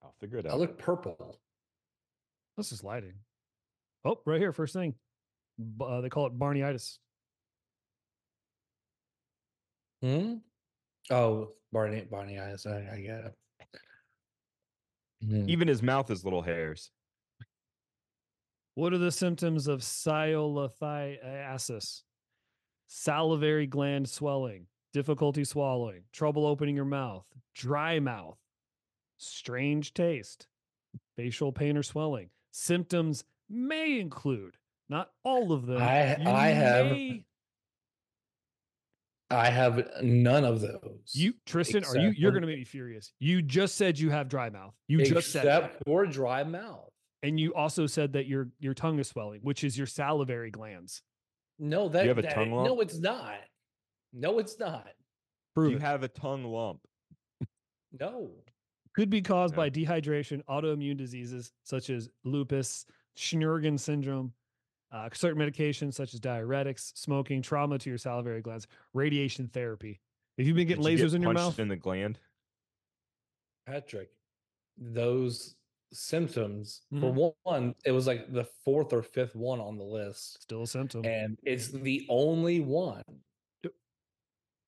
I'll figure it
I
out.
look purple.
This is lighting. Oh, right here, first thing. B- Uh, they call it Barneyitis.
Hmm. Oh, Barney, Barney eyes. I, I get it. Hmm.
Even his mouth is little hairs.
What are the symptoms of sialithiasis? Salivary gland swelling, difficulty swallowing, trouble opening your mouth, dry mouth, strange taste, facial pain or swelling. Symptoms may include not all of them.
I-
You
I have-
may-
I have none of those.
you Tristan. Are you? You're
Exactly.
going to make me furious. You just said you have dry mouth. You just said that.
except for dry mouth.
and you also said that your your tongue is swelling, which is your salivary glands.
No, that
have a
that-
tongue
No,
lump?
it's not. No, it's not.
Prove
You
it.
have a tongue lump.
No.
could be caused
Yeah.
by dehydration, autoimmune diseases such as lupus, Schnurgen syndrome, uh, certain medications such as diuretics, smoking, trauma to your salivary glands, radiation therapy. If you've been getting
Did you
lasers
get
in your mouth,
punched in the gland.
Patrick, those symptoms for
Mhm.
one, it was like the fourth or fifth one on the list.
still a symptom.
And it's the only one.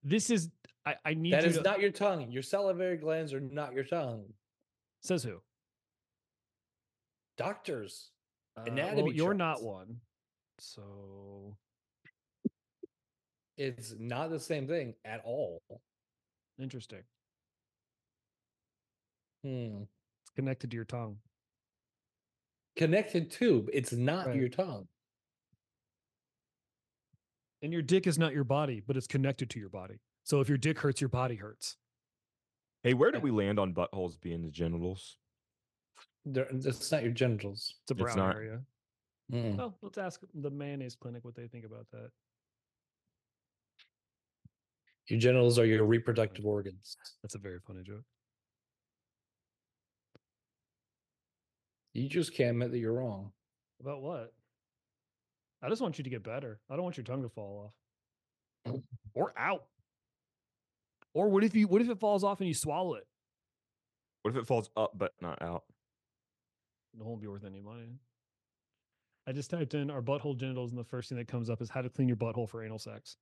This is I, I need
That
you
is
to,
not your tongue. Your salivary glands are not your tongue.
says who?
Doctors.
Uh, well,
Anatomy
you're not
charts.
one. So
It's not the same thing at all.
interesting.
Hmm.
It's connected to your tongue.
Connected tube. It's not
Right.
your tongue.
And your dick is not your body, but it's connected to your body. So if your dick hurts, your body hurts.
Hey, where did
Yeah.
we land on buttholes being the genitals?
They're, it's not your genitals.
It's a
It's
brown
not. Hmm.
area.
Mm.
Well, Oh, let's ask the mayonnaise clinic what they think about that.
Your genitals are your reproductive organs.
That's a very funny joke.
You just can't admit that you're wrong.
About what? I just want you to get better. I don't want your tongue to fall off. Or out. Or what if you what if it falls off and you swallow it?
What if it falls up but not out?
It won't be worth any money. I just typed in our butthole genitals and the first thing that comes up is how to clean your butthole for anal sex.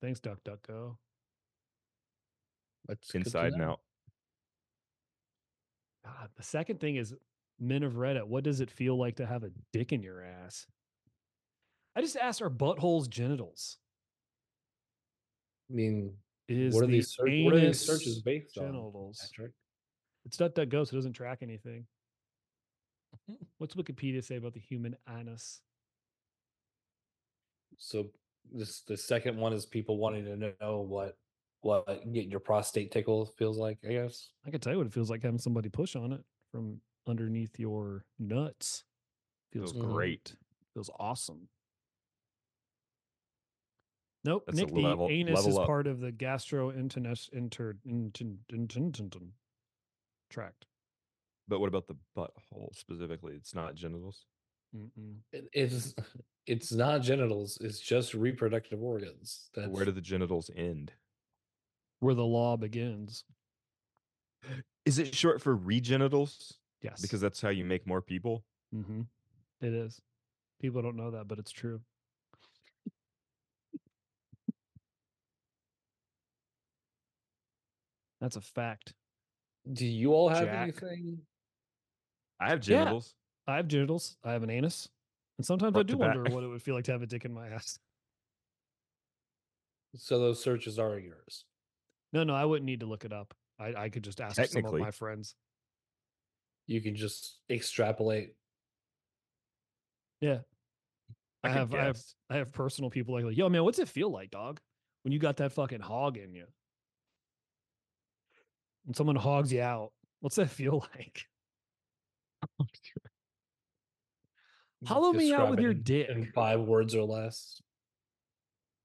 Thanks, DuckDuckGo.
That's good to
Inside and
know.
out.
God, the second thing is men of Reddit, what does it feel like to have a dick in your ass? I just asked our buttholes genitals.
I mean,
Is
what are
the
these? Search, what are these
anus
searches based on?
genitals?
Patrick?
It's DuckDuckGo, so it doesn't track anything. What's Wikipedia say about the human anus?
So this the second one is people wanting to know what what getting your prostate tickle feels like. I guess
I can tell you what it feels like having somebody push on it from underneath your nuts. Feels
Feels
Mhm.
great.
Feels awesome. Nope,
That's a
Nick. The
level-
anus
level
is
up.
part of the gastrointestinal inter, intin, intin, intin- tract.
But what about the butthole specifically? It's not genitals.
Mm-mm.
It- it's it's not genitals. It's just reproductive organs. That's
Where do the genitals end?
Where the law begins.
Is it short for regenitals?
Yes, Mm-hmm.
Because that's how you make more people.
Mhm. It is. People don't know that, but it's true. That's a fact.
Do you all have
Jack.
anything?
I have
Yeah.
genitals.
I have genitals. I have an anus, and sometimes I
Front
do
to
wonder
back.
what it would feel like to have a dick in my ass.
So those searches are yours.
No, no, I wouldn't need to look it up. I, I could just ask some of
Technically.
my friends.
You can just extrapolate.
I,
could
have, I have,
guess.
I have personal people like, yo, man, what's it feel like, dog, when you got that fucking hog in you? When someone hogs you out, what's that feel like? Hollow me out with your
describe it in- in
dick.
five words or less.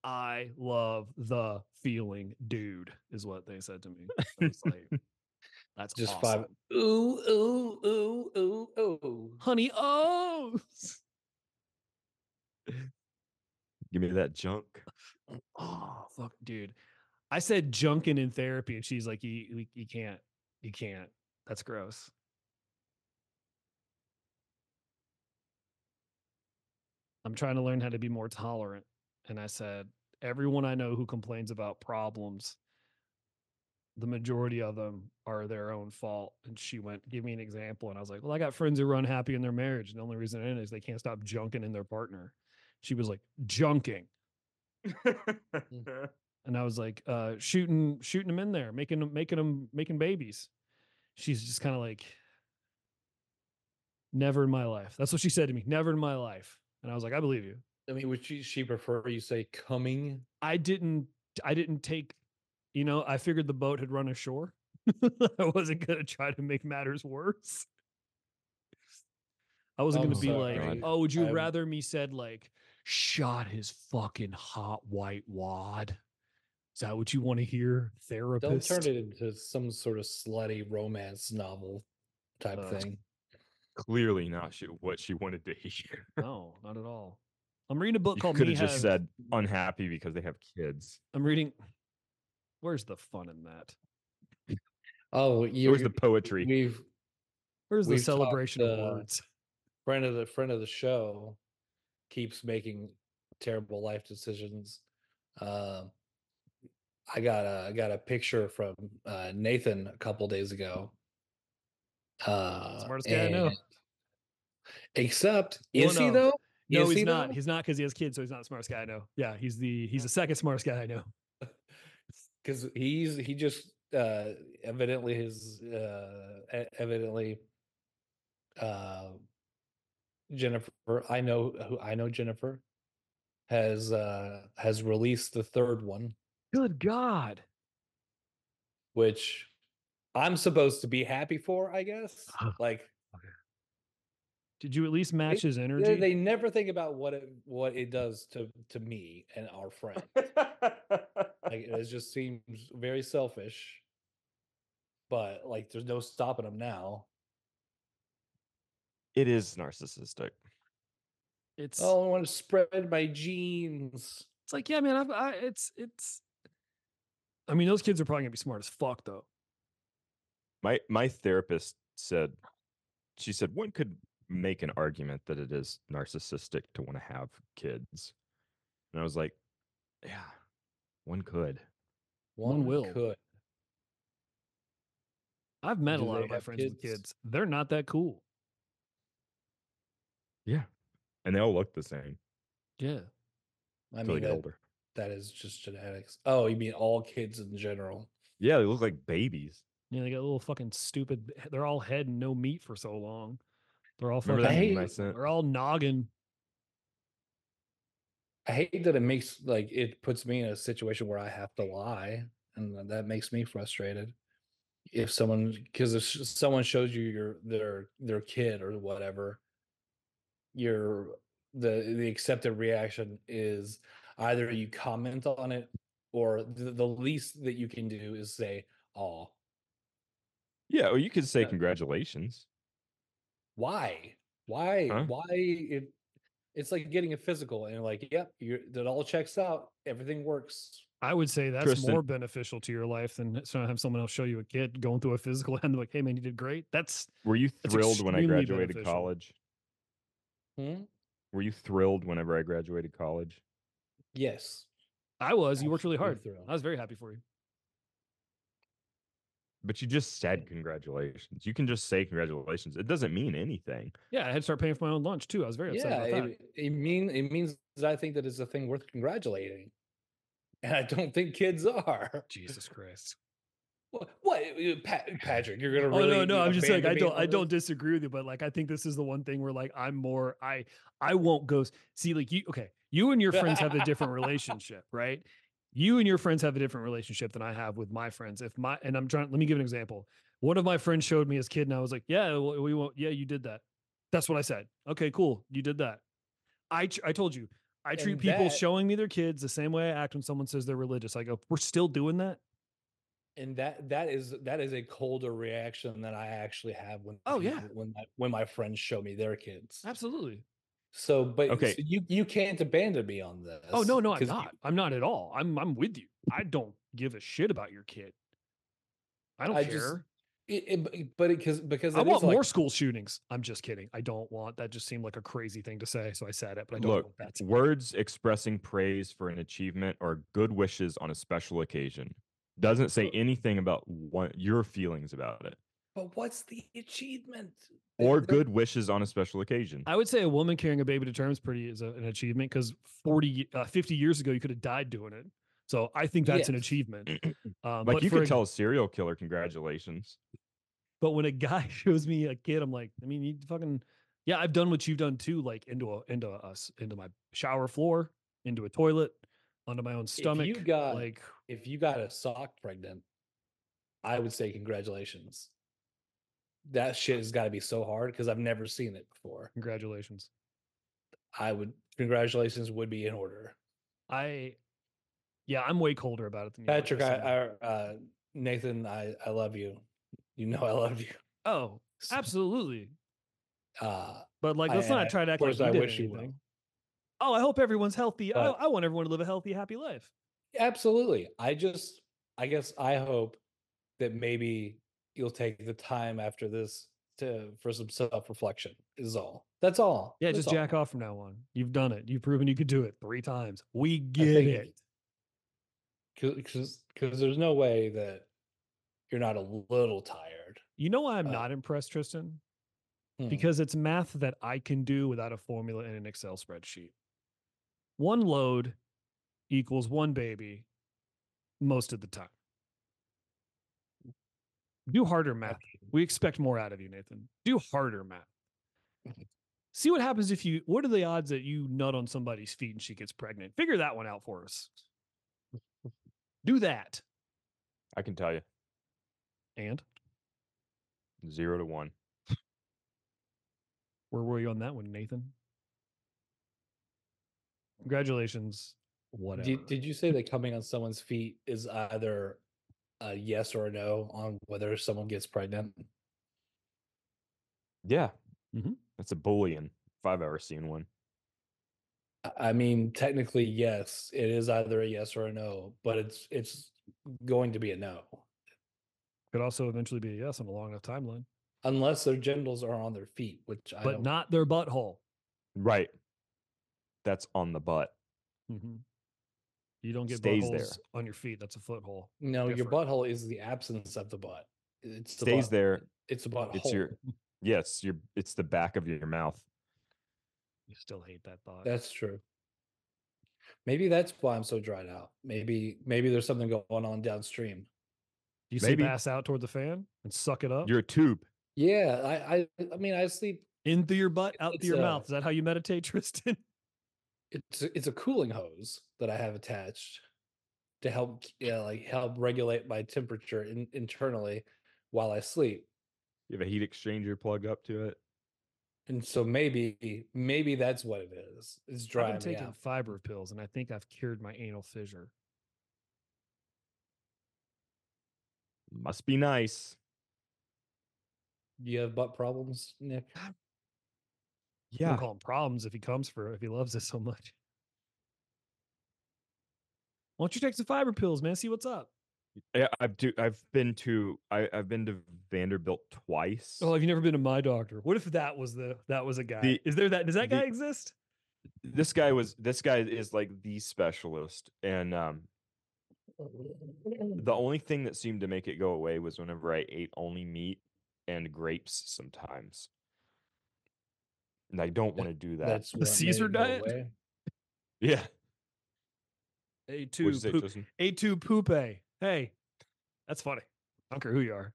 I love the feeling, dude, is what they said to me. I was like, That's
Just
awesome.
five. Ooh, ooh, ooh, ooh, ooh.
honey. Oh,
Give me that junk.
oh, fuck, dude. I said junkin in therapy, and she's like, "You, you, you can't, you can't. That's gross." I'm trying to learn how to be more tolerant, and I said, "Everyone I know who complains about problems, the majority of them are their own fault." And she went, "Give me an example." And I was like, "Well, I got friends who are unhappy in their marriage, and the only reason it is they can't stop junking in their partner." She was like, "Junking." and I was like, uh, shooting, shooting them in there, making them, making them, making babies. She's just kind of like, never in my life. That's what she said to me. Never in my life. And I was like, I believe you.
I mean, would she, she prefer you say coming?
I didn't, I didn't take, you know, I figured the boat had run ashore. I wasn't gonna try to make matters worse. I wasn't
I'm
gonna be
sorry.
like, oh, would you
I'm-
rather me said like, shot his fucking hot white wad? Is that what you want to hear,
Don't
therapist?
turn it into some sort of slutty romance novel type
Uh,
thing.
Clearly not she, what she wanted to hear.
No, not at all. I'm reading a book
You
called
could
Me
have just
Have-
said unhappy because they have kids.
I'm reading. Where's the fun in that?
Oh, you
Where's the poetry?
We've
Where's the
We've talked,
celebration of
uh,
words?
friend of the friend of the show keeps making terrible life decisions. Uh, I got a I got a picture from uh, Nathan a couple days ago. Uh,
Smartest guy I know.
and- Except
Well,
is he
no.
though?
No,
Is
he's
he,
not.
though?
He's not because he has kids, so he's not the smartest guy I know. Yeah, he's the he's the second smartest guy I know.
because he's he just uh evidently his uh e- evidently uh jennifer i know who i know jennifer has uh has released the third one
Good God.
which i'm supposed to be happy for i guess like
Did you at least match his
they-
energy?
they never think about what it what it does to to me and our friend like it just seems very selfish but like there's no stopping him now
it is narcissistic.
it's
Oh, I want to spread my genes.
it's like yeah, man. I've, I it's it's. I mean, those kids are probably gonna be smart as fuck though.
My my therapist said she said one could make an argument that it is narcissistic to want to have kids. And I was like, yeah, one could.
One will.
Could.
I've met
Do
a lot
they
of my
have
friends with
kids?
kids. They're not that cool.
Yeah. And they all look the same
Yeah.
I
until
mean,
they get
that,
older.
that is just genetics. Oh, you mean all kids in general?
Yeah, they look like babies.
Yeah, they got a little fucking stupid. They're all head and no meat for so long. They're all
Remember
fucking.
that
I
meme I
hate-
sent?
They're all noggin.
I hate that it makes like it puts me in a situation where I have to lie, and th- that makes me frustrated. If someone, because if s- someone shows you your their their kid or whatever, your the the accepted reaction is either you comment on it or the, the least that you can do is say, "Oh,
Yeah, or you could say
Yeah.
congratulations.
why why
Huh?
why it it's like getting a physical and you're like yep you're that all checks out everything works
I would say that's
Tristan-
more beneficial to your life than trying to have someone else show you a kid going through a physical and they're like, "Hey man, you did great." That's
Were you
That's
thrilled when I
extremely
graduated
beneficial.
college?
Hmm?
Were you thrilled whenever I graduated college?
yes
I was. You worked really hard.
Absolutely thrilled.
I was very happy for you.
But you just said congratulations. You can just say congratulations. It doesn't mean anything.
Yeah, I had to start paying for my own lunch too. I was very upset
yeah,
about that.
it, it mean it means that I think that it's a thing worth congratulating, and I don't think kids are.
Jesus Christ.
Wha- What, uh, Pat, Patrick? You're gonna
Oh
really?
no, no, I'm just like
abandon
I
me
don't
on
I
this?
don't disagree with you, but like I think this is the one thing where like I'm more I I won't go s- see like you okay, you and your friends have a different relationship, right? You and your friends have a different relationship than I have with my friends. If my and I'm trying let me give an example. One of my friends showed me his kid and I was like, "Yeah, well, we won't yeah, you did that." That's what I said. Okay, cool. You did that. I tr- I told you. I treat
And
people
that-
showing me their kids the same way I act when someone says they're religious. I go, "We're still doing that?"
and that that is that is a colder reaction than I actually have when
Oh, yeah.
people- when my, when my friends show me their kids.
Absolutely.
So, but
Okay.
okay, you you can't abandon me on this.
Oh no, no, I'm
'cause you-
not. I'm not at all. I'm I'm with you. I don't give a shit about your kid. I don't
I
care.
just- It, it, but it- but because because
I
it is
want
like-
more school shootings. I'm just kidding. I don't want that. Just seemed like a crazy thing to say, so I said it. But I don't
Look,
want that. to-
Words expressing praise for an achievement or good wishes on a special occasion doesn't say anything about what your feelings about it
But what's the achievement? Th-
or
that-
good wishes on a special occasion.
I would say a woman carrying a baby to term is pretty is a, an achievement because 40, uh, 50 years ago you could have died doing it. So I think that's an
Yes.
achievement. Um,
Like you
for
could
a-
tell a serial killer congratulations.
But when a guy shows me a kid, I'm like, I mean, you fucking, yeah, I've done what you've done too, like into a, into us, into my shower floor, into a toilet, onto my own stomach.
you got-
like,
If you got a sock pregnant, I would say congratulations. That shit has got to be so hard because I've never seen it before.
congratulations.
I would congratulations would be in order.
I, yeah, I'm way colder about it than you. are,
Patrick, I,
Justin.
I uh, Nathan, I, I love you. You know I love you.
oh,
So,
absolutely.
Uh,
But like, let's
I-
not
I-
try to
of
act like
course
you
I
did
wish you
anything.
well.
Oh, I hope everyone's healthy. I,
But-
I want everyone to live a healthy, happy life.
absolutely. I just, I guess, I hope that maybe you'll take the time after this to for some self reflection. Is all. That's all.
Yeah,
That's
just jack
all.
off from now on. You've done it. You've proven you could do it three times. We
I
get
think-
it.
because because there's no way that you're not a little tired
You know why I'm
Uh,
not impressed, Tristan?
Hmm.
because it's math that I can do without a formula in an Excel spreadsheet. One load equals one baby most of the time. Do harder math. We expect more out of you, Nathan. Do harder math. See what happens if you, what are the odds that you nut on somebody's feet and she gets pregnant? Figure that one out for us. Do that.
I can tell you
And
zero to one.
where were you on that one, Nathan? Congratulations. Whatever.
did, did you say that coming on someone's feet is either a yes or a no on whether someone gets pregnant
Yeah.
Mm-hmm.
Mhm.
That's a Boolean. If I've ever seen one.
I- i mean technically yes it is either a yes or a no but it's it's going to be a no
could also eventually be a yes on a long enough timeline,
unless their genitals are on their feet which i
but
don't-
not their butthole.
Right. That's on the butt.
Mm-hmm. You don't get
Stays
buttholes
there.
on your feet. That's a foothole.
no your
different.
butthole is the absence of the butt it's the
Stays
butt-
there.
it's the butthole
It's your yes, your it's the back of your mouth.
You still hate that thought.
That's true. Maybe that's why I'm so dried out. Maybe maybe there's something going on downstream.
Do you sleep
maybe.
ass out toward the fan and suck
Oh.
it up?
Your tube.
Yeah, I I, I mean I sleep.
in through your butt, out
it's uh
through your
a-
mouth. Is that how you meditate, Tristan?
It's a- it's a cooling hose that I have attached to help yeah like help regulate my temperature in, internally while I sleep.
You have a heat exchanger plug up to it.
And so maybe maybe that's what it is. It's
I've
drying
been
me
taking
out.
fiber pills, and I think I've cured my anal fissure.
Must be nice.
Do you have butt problems, Nick?
We'll call him problems if he comes for if he loves it so much. Why don't you take some fiber pills, man? See what's up.
Yeah, I've do I've been to I, I've been to Vanderbilt twice.
Oh, have you never been to my doctor? What if that was the that was a guy?
The-
Is there that does that
the-
guy exist?
this guy was this guy is like the specialist and um The only thing that seemed to make it go away was whenever I ate only meat and grapes sometimes. And I don't
That-
want to do that.
That's what made
Caesar
it go
diet?
away.
yeah.
A two
What'd you say,
poop.
Tristan?
A two poope. Hey, that's funny. I don't care who you are.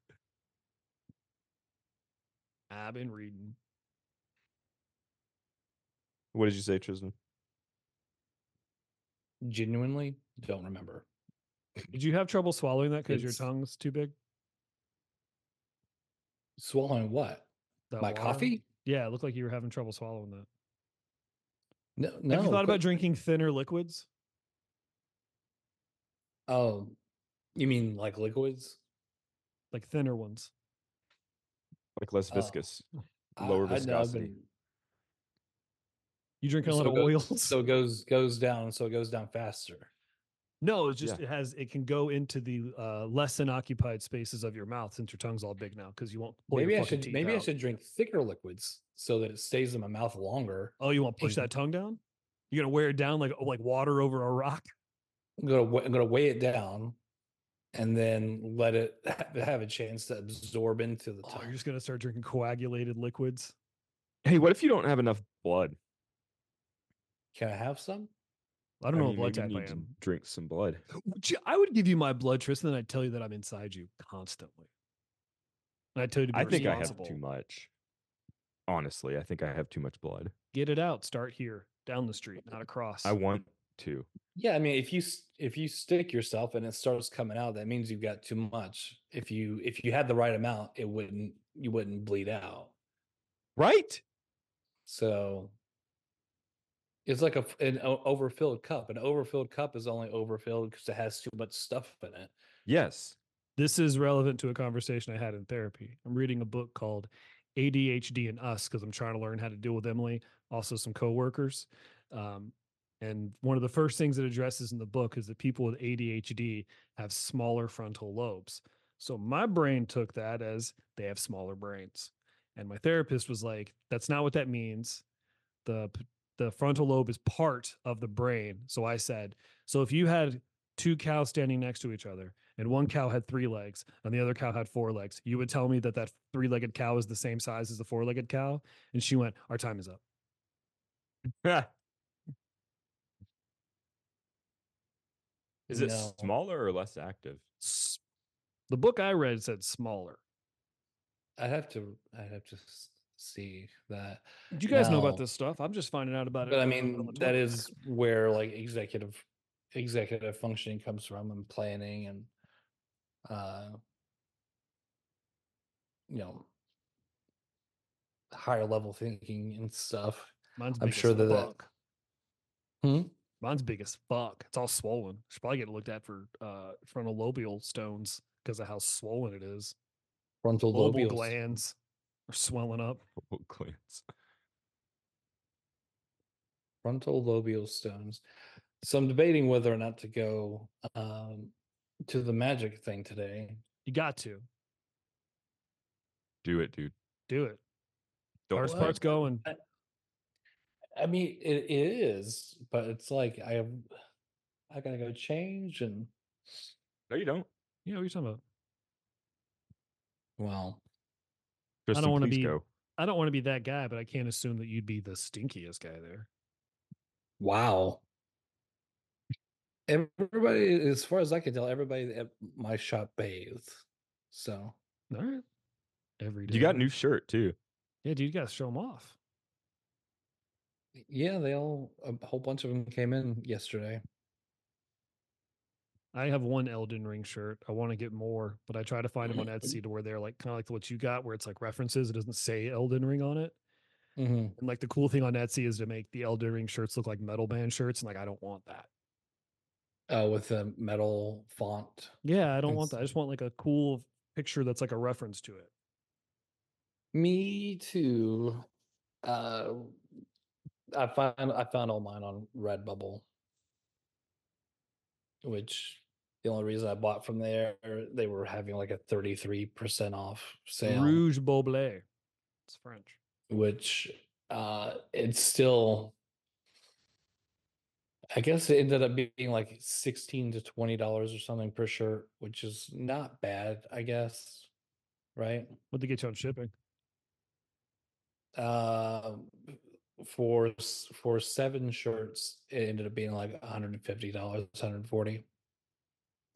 I've been reading.
What did you say, Tristan?
Genuinely, don't remember.
Did you have trouble swallowing that because your
It's-
tongue's too big?
Swallowing what?
That
My
water?
coffee?
Yeah, it looked like you were having trouble swallowing that.
No, no.
Have you thought
quit-
about drinking thinner liquids?
Oh, you mean like liquids?
Like thinner ones.
Like less
Uh,
Oh.
viscous.
I-
Lower
I know I've
viscosity.
been-
You drink a
So
lot of
it goes-
oils.
So it goes goes down. So it goes down faster.
no, it's just it has it can go into the uh, less than occupied spaces of your mouth since your tongue's all big now because you won't. Pull your
maybe I
fucking
should
teeth
maybe I
out.
should drink thicker liquids so that it stays in my mouth longer.
Oh, you want to push
and-
that tongue down? You're gonna wear it down like like water over a rock.
I'm gonna wa- I'm gonna weigh it down, and then let it have a chance to absorb into the
Oh,
tongue.
you're just gonna start drinking coagulated liquids.
Hey, what if you don't have enough blood?
Can I have some?
I don't know
mean,
what blood
maybe
type
you
I
need to
am.
drink some blood.
Would you- I would give you my blood, Tristan, and I'd tell you that I'm inside you constantly. And I tell you to be
I think I have
responsible.
too much. Honestly, I think I have too much blood.
Get it out. Start here, down the street, not across.
I want to.
Yeah, I mean, if you s- if you stick yourself and it starts coming out, that means you've got too much. If you if you had the right amount, it wouldn't you wouldn't bleed out.
Right?
So it's like a f- an o- overfilled cup. An overfilled cup is only overfilled because it has too much stuff in it.
Yes.
this is relevant to a conversation I had in therapy. I'm reading a book called ADHD and Us because I'm trying to learn how to deal with Emily, also some coworkers. Um, and one of the first things it addresses in the book is that people with ADHD have smaller frontal lobes. So my brain took that as they have smaller brains. And my therapist was like, that's not what that means. The p- the frontal lobe is part of the brain. So I said, so if you had two cows standing next to each other and one cow had three legs and the other cow had four legs you would tell me that that three-legged cow is the same size as the four-legged cow and she went our time is up
Is it
No.
smaller or less active?
S- the book i read said smaller
I'd have to I'd have to s- see that.
you guys know about
No.
this stuff i'm just finding out about it
But I
now that I'm on
mean,
the
that
toilet.
is where like executive executive functioning comes from and planning and uh you know higher level thinking and stuff.
mine's
I'm
big
sure
as
that that-
fuck.
Hmm?
mine's big as fuck it's all swollen should probably get it looked at for uh frontal lobial stones because of how swollen it is
Frontal
lobial
lobules.
glands are swelling up
Oh, glance.
Frontal lobular stones. So I'm debating whether or not to go um to the magic thing today.
you got to
Do it, dude.
do it
Don't
first
worry.
part's going
I mean, it, it is, but it's like I have, I gotta go change and
No, you don't.
yeah what are you talking about
well,
Tristan,
don't wanna
please
be-
Go.
I don't want to be that guy, but I can't assume that you'd be the stinkiest guy there.
wow. Everybody, as far as I can tell, everybody at my shop bathes. So
All right. Every day.
You got a new shirt too.
Yeah, dude, you got to show them off.
yeah, they all a whole bunch of them came in yesterday.
I have one Elden Ring shirt. I want to get more, but I try to find them on Etsy to where they're like kind of like what you got, where it's like references. It doesn't say Elden Ring on it.
hmm
And like the cool thing on Etsy is to make the Elden Ring shirts look like metal band shirts. And like, I don't want that.
Uh, with the metal font.
Yeah, I don't want
It's-
that. I just want like a cool picture that's like a reference to it.
Me too. Uh, I find I found all mine on Redbubble, which the only reason I bought from there they were having like a thirty three percent off sale,
Rouge Beaublé. It's French.
which uh, it's still I guess it ended up being like sixteen to twenty dollars or something per shirt, which is not bad, I guess. Right?
What they get you on shipping?
Uh, for s- for seven shirts, it ended up being like one hundred and fifty dollars, one hundred forty.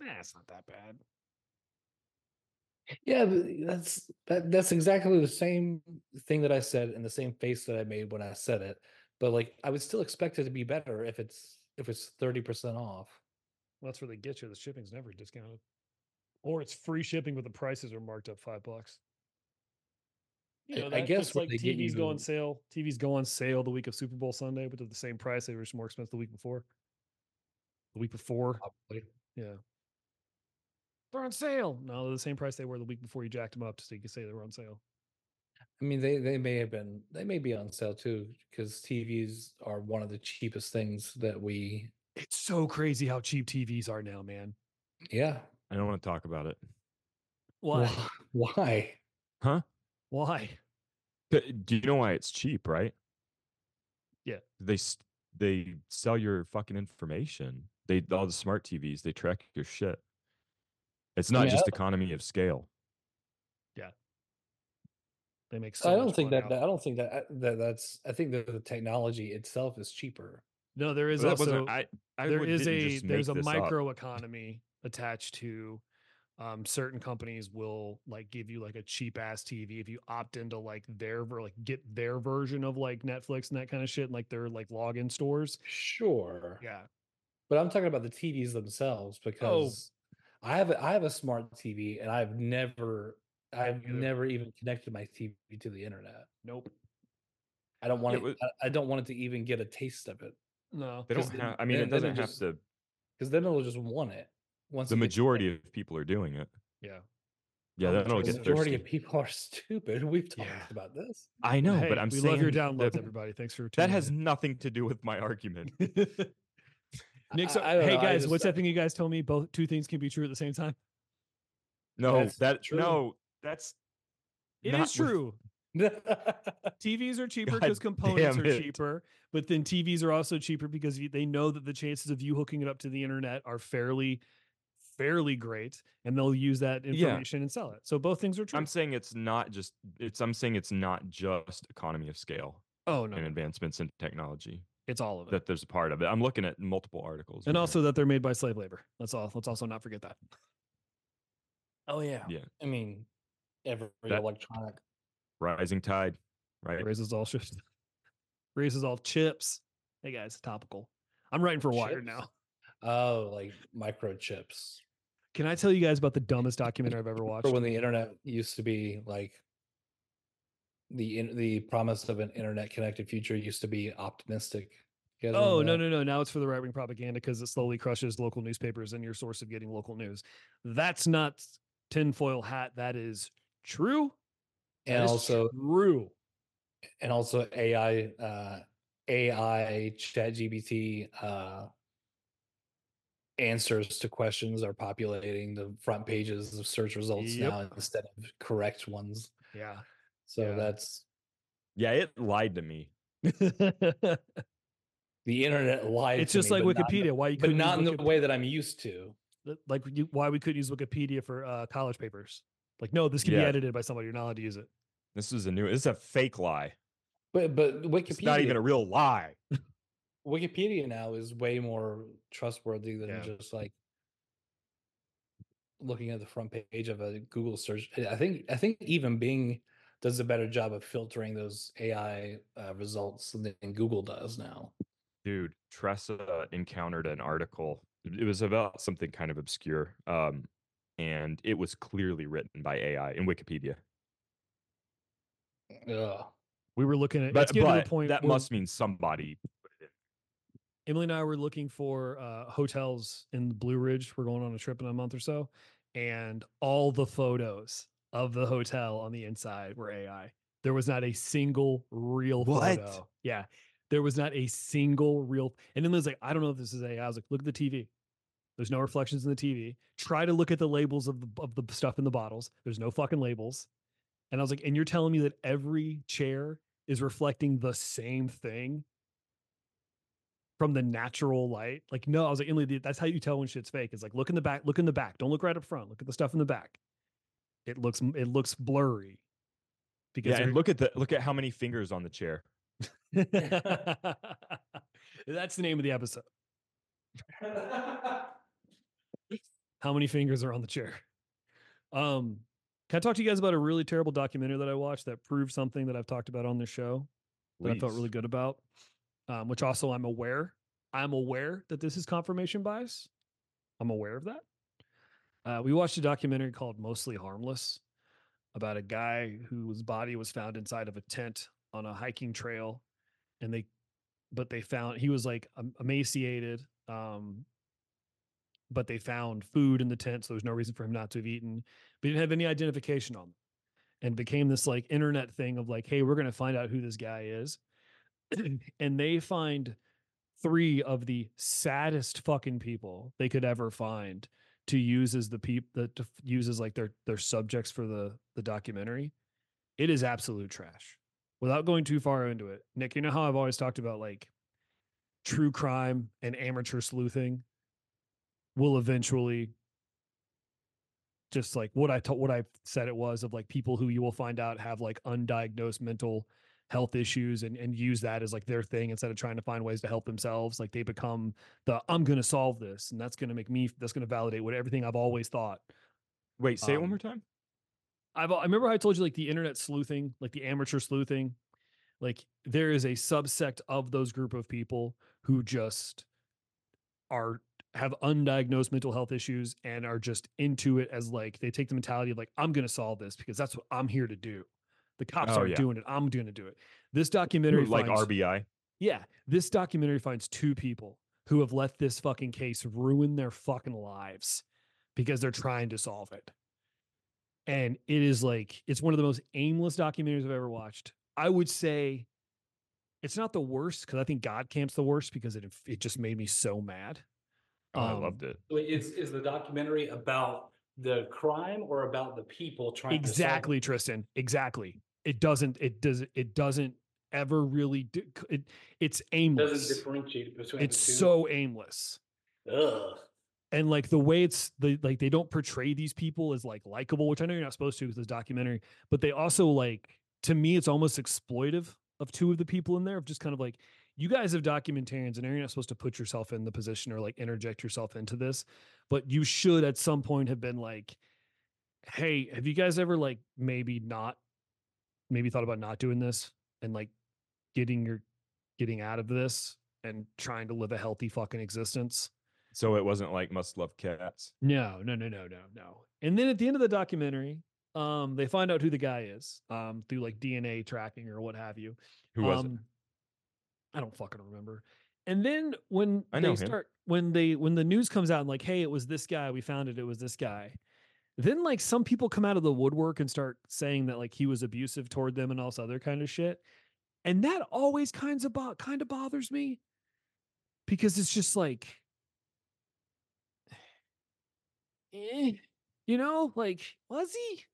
Nah, it's not that bad.
Yeah, th- that's that. That's exactly the same thing that I said and the same face that I made when I said it. But like, I would still expect it to be better if it's if it's thirty percent off.
Well, that's where they get you. The shipping's never discounted, or it's free shipping, but the prices are marked up five bucks. You
I-
know,
I
that,
guess
that's
what
like
they get
TVs go on
you-
sale. TVs go on sale the week of Super Bowl Sunday, but they're the same price. They were just more expensive the week before. The week before,
Probably.
they're on sale. No, they're the same price they were the week before you jacked them up, so you could say they were on sale.
I mean, they they may have been they may be on sale too because TVs are one of the cheapest things that we.
It's so crazy how cheap TVs are now, man.
Yeah.
I don't want to talk about it.
Why?
Why? Why?
Why?
C- uh, Do you know why it's cheap, right?
Yeah.
They s- they sell your fucking information. They all the smart TVs, they track your shit. It's not
mean, I
just economy of scale.
They make.
So
So
I
much
don't think
money
that,
off-
that I don't think that, that that's I think that the technology itself is cheaper.
No, there is
That wasn't-
also.
I, I
there
would-
is
didn't
a
just
there's a
make this up.
micro economy attached to um, certain companies will like give you like a cheap ass TV if you opt into like their ver- like get their version of like Netflix and that kind of shit and like their like login stores.
Sure.
Yeah,
But I'm talking about the TVs themselves because I have a, I have a smart TV and I've never I've
either.
never even connected my TV to the internet.
nope,
I don't want
Yeah,
it, I, I don't want it to even get a taste of it
no.
They
'cause
don't
then-
have I mean
then-
it
then
doesn't
it
have
just-
to
because then it'll just want it. Once
the
it gets to
majority of people are doing it.
Yeah.
Yeah,
The
then it'll
majority-
the
get
majority
thirsty.
of people are stupid. We've talked
Yeah.
about this.
I know, but
Hey,
I'm
we
saying
love your downloads,
that,
everybody. Thanks for
that
tuning
has
in.
nothing to do with my argument.
Nick's.
I- I don't
hey
know, I
guys,
just-
what's that thing you guys told me? Both two things can be true at the same time.
No,
That's
that
true.
no, that's
It is
not with-
true.
yeah,
TVs are cheaper
God
because components
damn
are
it.
cheaper, but then TVs are also cheaper because you- they know that the chances of you hooking it up to the internet are fairly, fairly great, and they'll use that
Yeah.
information and sell it. So both things are true.
I'm saying it's not just it's I'm saying it's not just economy of scale
oh no,
and advancements in technology
it's all of it,
that there's a part of it. I'm looking at multiple articles.
and
right now.
also that they're made by slave labor. Let's all let's also not forget that.
oh yeah.
Yeah.
I mean, every
That-
electronic.
rising tide, right?
It raises all shifts, raises all chips. Hey guys, topical. I'm writing for Wired
Chips?
now.
Oh, like microchips
Can I tell you guys about the dumbest documentary I've ever watched?
for when the internet used to be like the in, the promise of an internet connected future used to be optimistic. You guys remember
Oh no
that?
no no! Now it's for the right wing propaganda because it slowly crushes local newspapers and your source of getting local news. That's not s- tinfoil hat. That is true. That
And
is
also
true.
and also AI uh AI chat GBT uh answers to questions are populating the front pages of search results
Yep.
now instead of correct ones.
Yeah.
So
Yeah.
that's
Yeah, it lied to me.
it's
the internet lied. to
just
me,
like
but not in the-
Wikipedia. Why you
but
couldn't
not in
use
the way that I'm used to.
Wikipedia, like you, why we couldn't use Wikipedia for uh, college papers? Like no, this can
Yeah.
be edited by somebody. You're not allowed to use it.
This is a new. This is a fake lie.
But but Wikipedia,
It's not even a real lie.
Wikipedia now is way more trustworthy than
Yeah.
just like looking at the front page of a Google search. I I think I think even Bing does a better job of filtering those AI uh, results than, than Google does now.
dude tressa encountered an article it was about something kind of obscure um and it was clearly written by ai in wikipedia
Ugh.
We were looking at.
but,
it's getting to
but
the point
that
where
must mean somebody
Emily and I were looking for uh, hotels in Blue Ridge. We're going on a trip in a month or so, and all the photos of the hotel on the inside were AI. There was not a single real
What?
photo. Yeah, there was not a single real. And then there's like, I don't know if this is AI. I was like, look at the TV. There's no reflections in the TV. Try to look at the labels of the of the stuff in the bottles. There's no fucking labels. And I was like, and you're telling me that every chair is reflecting the same thing? from the natural light. Like, no, I was like, Emily, that's how you tell when shit's fake. It's like look in the back, look in the back. Don't look right up front. Look at the stuff in the back. It looks it looks blurry.
Yeah,
every-
and look at the look at how many fingers on the chair.
that's the name of the episode. How many fingers are on the chair? Um, can I talk to you guys about a really terrible documentary that I watched that proved something that I've talked about on this show? that I felt
Please.
really good about, um, which also I'm aware. I'm aware that this is confirmation bias. I'm aware of that. Uh, we watched a documentary called Mostly Harmless about a guy whose body was found inside of a tent on a hiking trail. And they, but they found he was like em- emaciated. Um, but they found food in the tent. So there's no reason for him not to have eaten. But he didn't have any identification on them and became this like internet thing of like, hey, we're going to find out who this guy is. and they find three of the saddest fucking people they could ever find to use as the peop that to f- use as like their their subjects for the the documentary. It is absolute trash. Without going too far into it, Nick, you know how I've always talked about like true crime and amateur sleuthing will eventually just like what I told what I said it was of like people who you will find out have like undiagnosed mental health issues and and use that as like their thing instead of trying to find ways to help themselves like they become the I'm going to solve this and that's going to make me that's going to validate what everything I've always thought
Wait, say it
Um,
one more time.
I've uh, I remember how I told you like the internet sleuthing, like the amateur sleuthing, like there is a subsect of those group of people who just are have undiagnosed mental health issues and are just into it as like they take the mentality of like I'm going to solve this because that's what I'm here to do. The cops
Oh,
aren't
yeah.
doing it. I'm going to do it. This
Ooh,
documentary
Like
finds-
RBI.
yeah, this documentary finds two people who have let this fucking case ruin their fucking lives because they're trying to solve it. And it is like it's one of the most aimless documentaries I've ever watched. I would say it's not the worst because I think God Camp's the worst because it inf- it just made me so mad.
Oh, I
Um,
loved it.
Wait, Is, is the documentary about the crime or about the people trying to solve it?
exactly tristan exactly it doesn't it does it doesn't ever really do, it, it's
Doesn't
aimless
differentiate between
it's
the two.
so aimless
Ugh.
and like the way it's the like they don't portray these people as like likable, which I know you're not supposed to because this documentary, but they also like to me it's almost exploitive of two of the people in there of just kind of like you guys have documentarians and you're not supposed to put yourself in the position or like interject yourself into this, but you should at some point have been like, hey, have you guys ever like maybe not maybe thought about not doing this and like getting your getting out of this and trying to live a healthy fucking existence?
So it wasn't like must love cats.
No, no, no, no, no, no. And then at the end of the documentary, um, they find out who the guy is um, through like DNA tracking or what have you.
Who was it?
Um, I don't fucking remember. And then when
I know
they
him.
start when they when the news comes out and like, hey, it was this guy, we found it, it was this guy. Then like some people come out of the woodwork and start saying that like he was abusive toward them and all this other kind of shit. And that always kinds of bo- kind of bothers me because it's just like eh, you know, like was he?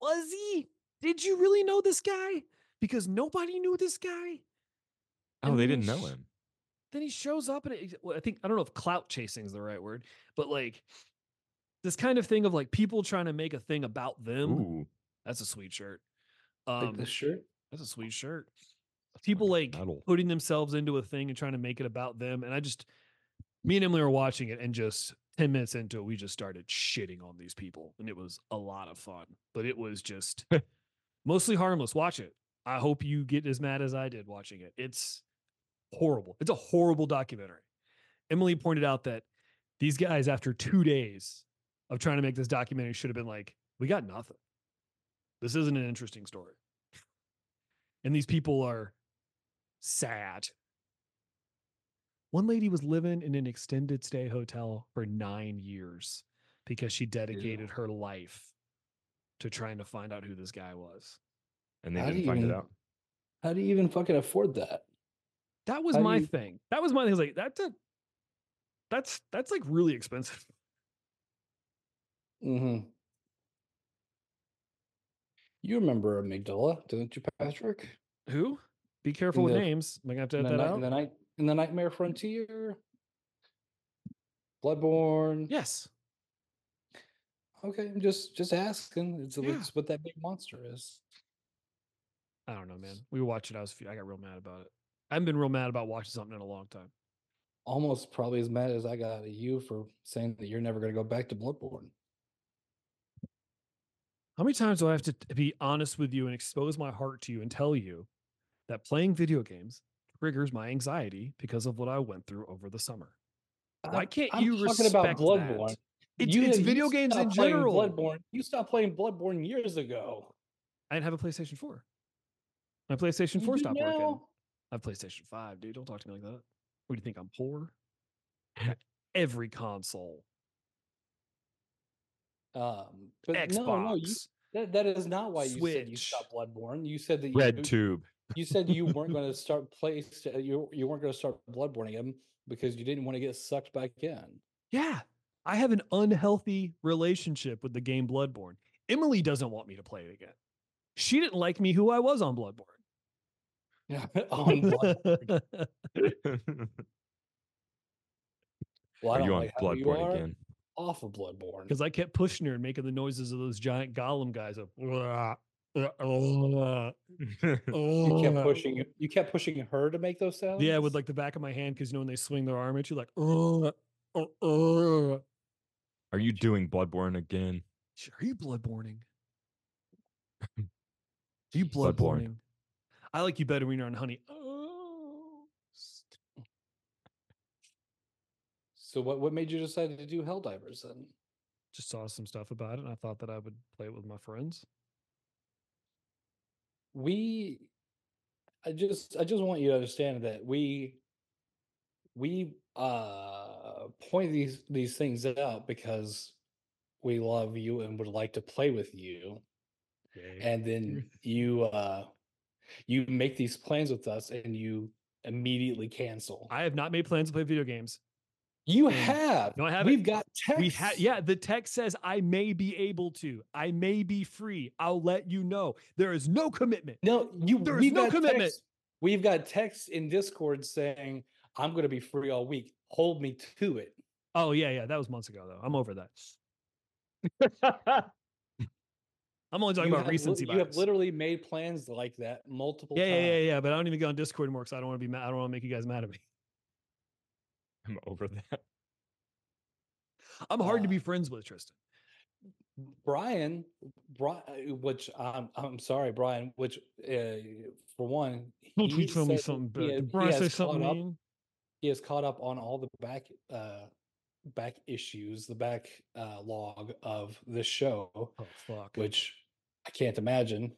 Was he? Did you really know this guy? Because nobody knew this guy.
Oh, they
and
didn't
then
know
sh-
him.
then he shows up and it, well, I think I don't know if clout chasing is the right word, but like this kind of thing of like people trying to make a thing about them.
Ooh,
That's a sweet shirt.
Like
Um,
this shirt.
that's a sweet shirt. People
fucking
like
metal.
putting themselves into a thing and trying to make it about them. And I just, me and Emily were watching it, and just ten minutes into it, we just started shitting on these people, and it was a lot of fun. But it was just mostly harmless. Watch it. I hope you get as mad as I did watching it. It's horrible. It's a horrible documentary. Emily pointed out that these guys, after two days of trying to make this documentary, should have been like, "We got nothing. This isn't an interesting story." And these people are sad. One lady was living in an extended stay hotel for nine years because she dedicated her life to trying to find out who this guy was.
and they
How do
didn't
you
find it
even-
out.
How do you even fucking afford that?
That was
How do
my
you-
thing. That was my thing. I was like, that's a, that's that's like really expensive.
hmm You remember Amygdala, didn't you, Patrick?
Who? Be careful with
The-
names. Am I gonna have to
In
edit
the,
that Mm.
ni-
out?
in the, ni- in the Nightmare Frontier, Bloodborne.
Yes.
Okay, I'm just just asking. It's,
Yeah.
it's what that big monster is.
I don't know, man. We watched it. I was fe- I got real mad about it. I haven't been real mad about watching something in a long time.
Almost probably as mad as I got at you for saying that you're never going to go back to Bloodborne.
How many times do I have to t- be honest with you and expose my heart to you and tell you that playing video games triggers my anxiety because of what I went through over the summer? Why can't
I'm
you
talking
respect
about
Bloodborne?
Bloodborne.
It's,
You-
it's
you
video games in
stopped playing
general.
Bloodborne. You stopped playing Bloodborne years ago.
I didn't have a PlayStation 4. My PlayStation
You
4
do
stopped working.
now.
I have PlayStation 5, dude. Don't talk to me like that. What do you think? I'm poor? Every console,
Um, but
Xbox.
no, no, you, that, that is not why you said you
Switch.
stopped Bloodborne. You said that you,
Red Tube.
you said you weren't going to start place. You you weren't going to start Bloodborne again because you didn't want to get sucked back in.
Yeah. I have an unhealthy relationship with the game Bloodborne. Emily doesn't want me to play it again. She didn't like me who I was on Bloodborne.
Yeah, on Blood-
You're
well, I don't
on
like how you
Bloodborne
are
again.
off of Bloodborne.
Because I kept pushing her and making the noises of those giant golem guys of uh, you
you kept pushing. You kept pushing her to make those sounds.
Yeah, with like the back of my hand, because you know when they swing their arm at you, like, "Ugh, uh, uh."
Are you doing Bloodborne again?
Sh- are you bloodborning? Are you
Bloodborne.
bloodborning? I like you better when you're on honey. Oh,
So what what made you decide to do Helldivers then?
just saw some stuff about it and I thought that I would play it with my friends.
we i just i just want you to understand that we we uh point these these things out because we love you and would like to play with you and then you uh you make these plans with us and you immediately cancel
I have not made plans to play video games.
you
Mm.
have
No, I haven't.
we've got text
We ha- yeah, the text says I may be able to. I may be free. I'll let you know. There is no commitment.
no you
There is
we've
no
got
commitment.
text- we've got texts in discord saying i'm going to be free all week hold me to it
Oh yeah, yeah. That was months ago though. I'm over that. I'm only talking
You
about
have lit-
recency
You have
bias.
literally made plans like that multiple
yeah,
times.
yeah, yeah, yeah. But I don't even go on Discord anymore because I don't want to be mad. I don't want to make you guys mad at me.
I'm over that.
I'm hard to
Uh,
be friends with, Tristan.
Brian, Bri- uh, which I'm I'm sorry, Brian. Which uh, for one, he said he has- he has caught up. He has caught up on all the back uh, back issues, the back uh, log of the show,
Oh fuck.
which I can't imagine.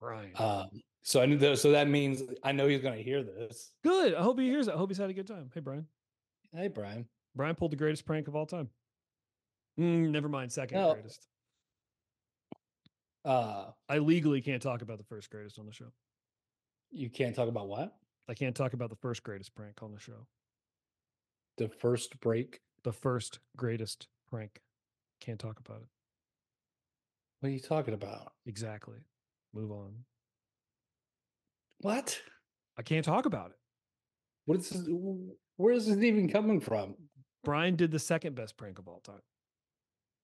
Brian.
Um, so I knew that, so that means I know he's going to hear this.
Good. I hope he hears it. I hope he's had a good time. Hey Brian.
Hey, Brian.
Brian pulled the greatest prank of all time. Mm, never mind, second
No.
greatest.
Uh,
I legally can't talk about the first greatest on the show.
you can't talk about what
I can't talk about the first greatest prank on the show.
the first break.
The first greatest prank. Can't talk about it.
What are you talking about?
Exactly. Move on.
What?
I can't talk about it.
What is this? w- Where is this even coming from?
Brian did the second best prank of all time.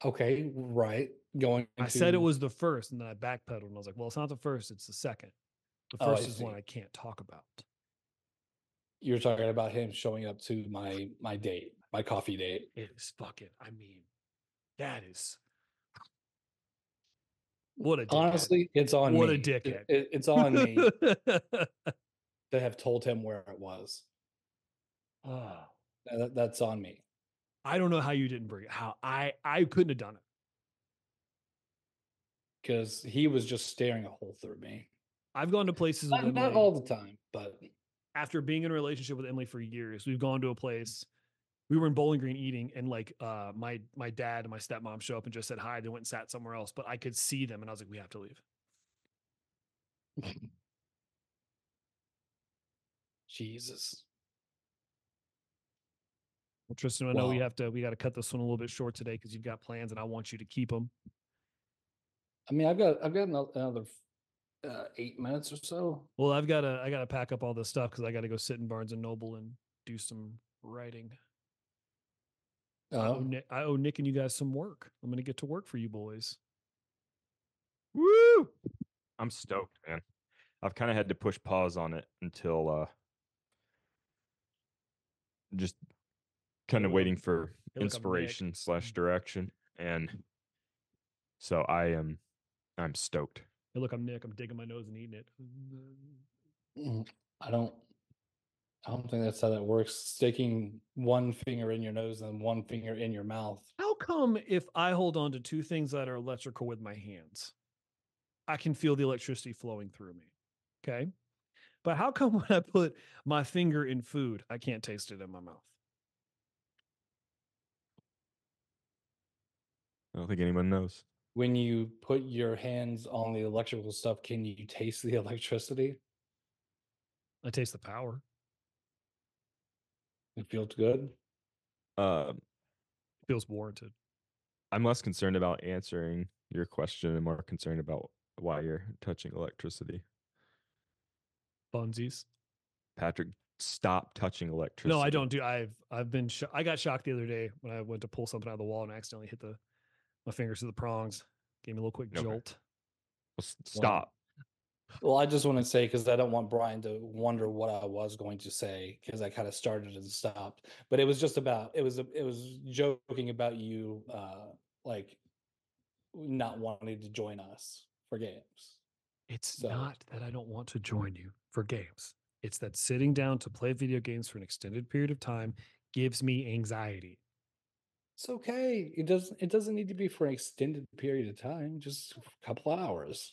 Okay, right. Going.
I said it
to-
was the first, and then I backpedaled and I was like, well, it's not the first, it's the second. The
Oh, I
first is one
see.
I can't talk about.
You're talking about him showing up to my my date, my coffee date.
It is fucking, I mean, that is what a dickhead.
Honestly, it's on
What a
me. It-
dickhead.
it- it's on me to have told him where it was.
Ah,
That- that's on me.
I don't know how you didn't bring it. How I I couldn't have done it.
Because he was just staring a hole through me.
I've gone to places with
Not, not
Emily
all the time, but
after being in a relationship with Emily for years. We've gone to a place. We were in Bowling Green eating, and like uh, my my dad and my stepmom show up and just said hi. They went and sat somewhere else, but I could see them, and I was like, "We have to leave."
Jesus.
Well, Tristan, I know we
Wow.
have to we got to cut this one a little bit short today because you've got plans, and I want you to keep them.
I mean, I've got I've got ano- another f- uh, eight minutes or so.
Well, I've got to I got to pack up all this stuff because I got to go sit in Barnes and Noble and do some writing. I owe,
Um,
Nick, I owe Nick and you guys some work. I'm gonna get to work for you boys.
Woo! I'm stoked, man. I've kind of had to push pause on it until uh just kind of
look-
waiting for
hey, look, I'm Nick.
inspiration slash direction. And so I am I'm stoked.
Hey, look, I'm Nick. I'm digging my nose and eating it.
mm, I don't. I don't think that's how that works. Sticking one finger in your nose and one finger in your mouth.
How come if I hold on to two things that are electrical with my hands, I can feel the electricity flowing through me? Okay. But how come when I put my finger in food, I can't taste it in my mouth?
I don't think anyone knows.
When you put your hands on the electrical stuff, can you taste the electricity?
I taste the power.
It feels good.
Uh,
feels warranted.
I'm less concerned about answering your question and more concerned about why you're touching electricity.
Bunzies.
Patrick, stop touching electricity.
No, I don't do. I've I've been. Sho- I got shocked the other day when I went to pull something out of the wall and I accidentally hit the my fingers to the prongs. Gave me a little quick
Okay.
jolt.
Well, s- Stop.
Well, I just want to say because I don't want Brian to wonder what I was going to say because I kind of started and stopped. But it was just about it was a- it was joking about you uh like not wanting to join us for games.
It's
So-
not that I don't want to join you for games. It's that sitting down to play video games for an extended period of time gives me anxiety.
It's okay. It doesn't it doesn't need to be for an extended period of time, just a couple hours.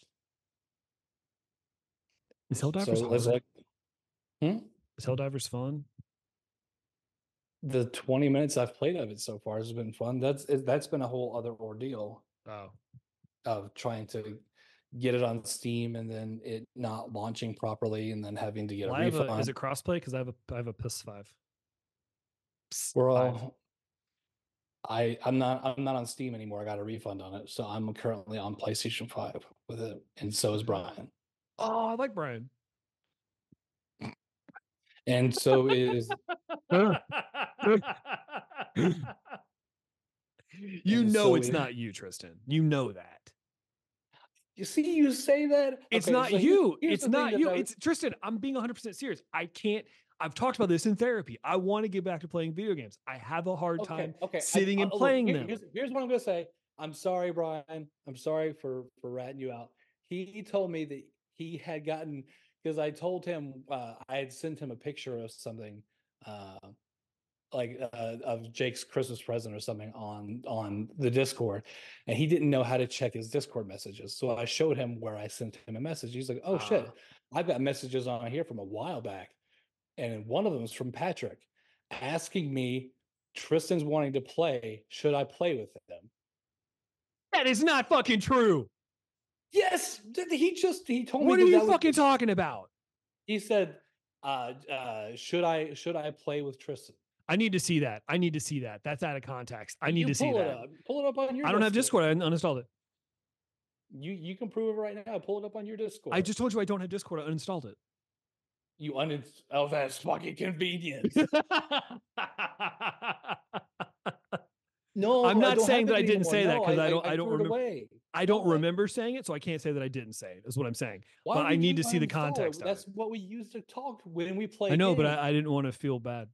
Is Helldivers
So it's
hard?
like hmm?
Is Helldivers fun?
the 20 minutes I've played of it so far has been fun. That's it, that's been a whole other ordeal.
Oh,
of trying to get it on Steam and then it not launching properly and then having to get
well,
a
I have
refund.
a, uh, is it crossplay? Because I have a I have a PS5.
We're
Five.
all. I I'm not I'm not on Steam anymore. I got a refund on it, so I'm currently on PlayStation Five with it, and so is Brian,
Oh, I like Brian.
and so is
you
And
know
so
it's
it-
not you, Tristan. You know that.
you see you say that
It's
Okay,
not
so here-
you.
here's
It's
the thing
not
that
you.
I-
It's Tristan. I'm being 100% serious. I can't. I've talked about this in therapy. I want to get back to playing video games. I have a hard time.
okay, I-
sitting
I-
and
look,
playing them.
Here's, here's what I'm gonna say. I'm sorry, Brian. I'm sorry for for ratting you out. He told me that he had gotten because I told him uh, I had sent him a picture of something, uh, like uh, of Jake's Christmas present or something on on the Discord, and he didn't know how to check his Discord messages. So I showed him where I sent him a message. He's like, "Oh shit,
Ah.
I've got messages on here from a while back, and one of them is from Patrick." asking me Tristan's wanting to play. Should I play with him?
That is not fucking true.
Yes. th- He just he told
What
me.
are
that
you
that was-
fucking talking about?
He said, uh, uh, "Should I should I play with Tristan?"
I need to see that. I need to see that. That's out of context. I need
You
to see
pull It
that.
up. Pull it up on your.
I don't have Discord. I uninstalled it.
You you can prove it right now. Pull it up on your Discord.
I just told you I don't have Discord. I uninstalled it.
you unin. Oh, that's fucking convenient. no,
I'm
I
not
don't
saying that
have it
I didn't
anymore.
say that
No,
'cause I don't- I don't
threw it
remem-
away.
I don't
Why-
remember saying it, so I can't say that I didn't say it. Is what I'm saying.
Why
But I
would
need to
you
see the
uninstall it?
context of it.
That's what we use to talk when we play.
I know, but
games.
I, I Oh, didn't want to feel bad.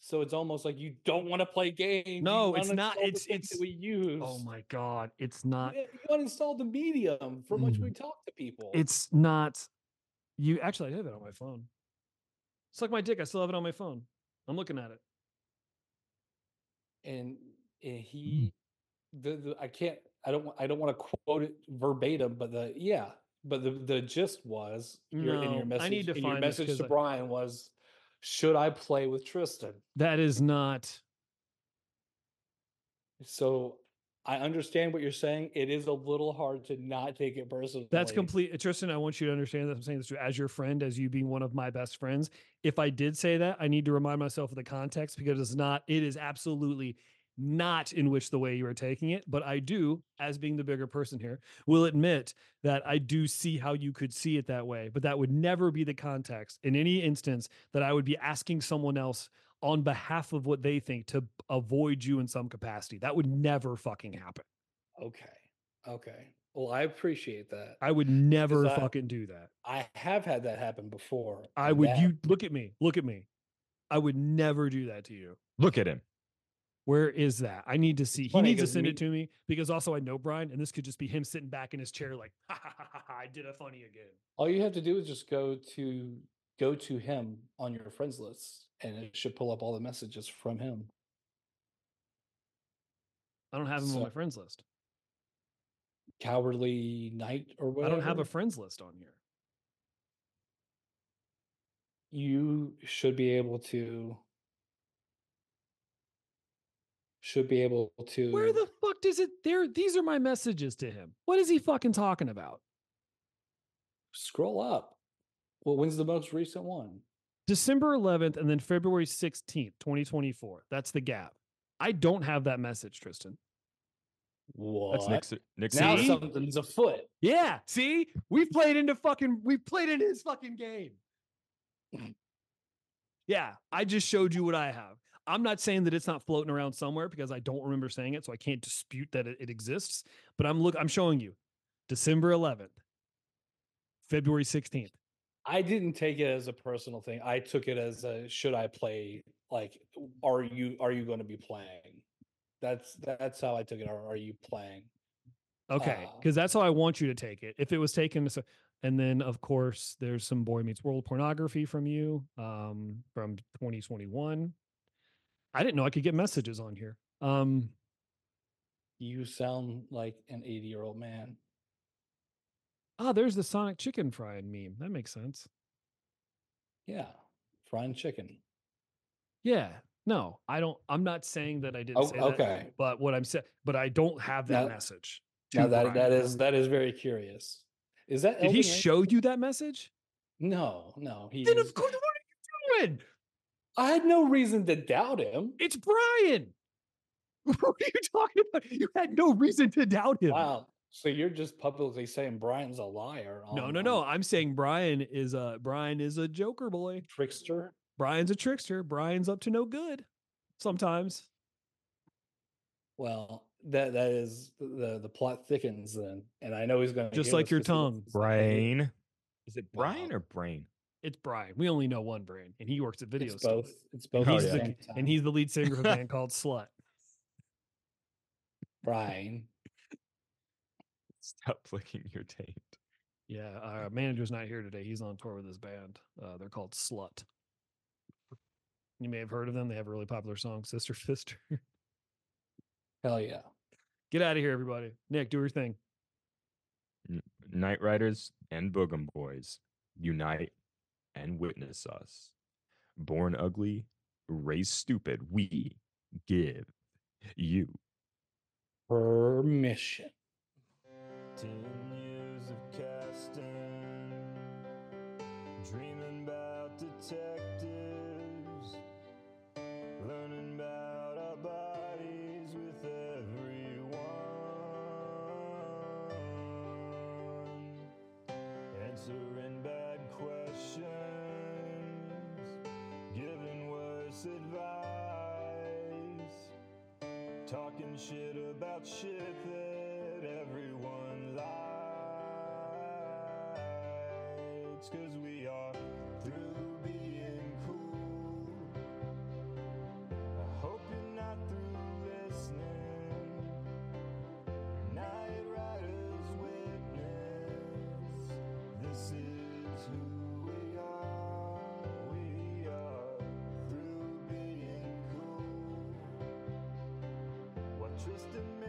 So it's almost like you don't want to play games. you
No, it's not-
uninstall the
it's-
things that
it's-
we use.
Oh my god, it's not.
You you uninstall the medium from
Mm.
which we talk to people.
It's not. You actually, I have it on my phone. Suck my dick. I still have it on my phone. I'm looking at it.
and, and
Mm-hmm.
he, the, the I can't. I don't. wa- I don't want to quote it verbatim, but the yeah, but the the gist was your, in your
No,
message.
I need to
in your
find this
message
'cause
to
I-
Brian was, should I play with Tristan?
That is not.
So I understand what you're saying. It is a little hard to not take it personally.
That's complete. Tristan, I want you to understand that I'm saying this to you as your friend, as you being one of my best friends. If I did say that, I need to remind myself of the context because it's not. It is absolutely not in which the way you are taking it, but I do, as being the bigger person here, will admit that I do see how you could see it that way, but that would never be the context in any instance that I would be asking someone else on behalf of what they think to avoid you in some capacity. That would never fucking happen.
Okay. Okay. Well, I appreciate that.
I would never
I-
fucking do that.
I have had that happen before.
I
and
would
that-
you look at me, look at me. I would never do that to you.
Look at him.
Where is that? I need to see. He
funny
needs to
'cause
send
me-
it to me because also I know Brian, and this could just be him sitting back in his chair like, ha ha ha ha, ha, I did a funny again.
all you have to do is just go to go to him on your friends list and it should pull up all the messages from him.
I don't have him on my
So-
friends list.
Cowardly Knight or
I
whatever.
don't have a friends list on here.
you should be able to should be able to
Where the fuck does it there? These are my messages to him. What is he fucking talking about?
scroll up. Well, when's the most recent one?
December 11th and then February 16th, 2024. That's the gap. I don't have that message, Tristan.
What?
That's Nick. Nick.
now
See?
something's afoot.
Yeah, see? We've played into fucking we've played into his fucking game. Yeah, I just showed you what I have. I'm not saying that it's not floating around somewhere because I don't remember saying it, so I can't dispute that it, it exists. But I'm look I'm showing you December 11th, February 16th.
I didn't take it as a personal thing. I took it as a should I play like are you are you going to be playing? That's that's how I took it. Are, are you playing?
Okay,
Uh,
because that's how I want you to take it. If it was taken, as a- and then of course there's some boy meets world pornography from you, um, from 2021. I didn't know I could get messages on here. Um,
You sound like an 80 year old man.
ah, there's the Sonic Chicken Fried meme. That makes sense.
Yeah, frying chicken.
Yeah. No, I don't. I'm not saying that I didn't.
Oh,
say that,
okay.
but what I'm saying, but I don't have that
Now-
message.
Now
to
that
Brian.
that is that is very curious. Is
Did
that
he
Elden Ring?
show you that message?
No, no. He
Then
is-
of course, what are you doing?
I had no reason to doubt him.
It's Brian. What are you talking about? You had no reason to doubt him.
Wow. So you're just publicly saying Brian's a liar?
No,
on-
no,
on
no. I'm saying Brian is a Brian is a joker boy.
trickster.
Brian's a trickster. Brian's up to no good sometimes.
Well, that that is the the plot thickens then, and I know he's going to
Just like your tongue.
Brain. Is it Brian
Wow.
or Brain?
It's Brian. We only know one Brian, and he works at video
It's
store.
both. It's both.
Oh,
He's
yeah.
the, and he's the lead singer of a band called Slut.
Brian.
Stop licking your taint.
Yeah, our manager's not here today. He's on tour with his band. Uh, they're called Slut. You may have heard of them. They have a really popular song, Sister Fister.
Hell yeah.
Get out of here, everybody. Nick, do your thing.
Night Riders and Boogum Boys unite and witness us. Born ugly, raised stupid, we give you.
Permission.
Ten years of casting, dreaming about detectives, learning about our bodies with everyone, answering bad questions, giving worse advice. Talking shit about shit that everyone likes. Cause we are through being cool. I hope you're not through listening. Night Riders Witness. This is who we are. We are through being cool. What Tristan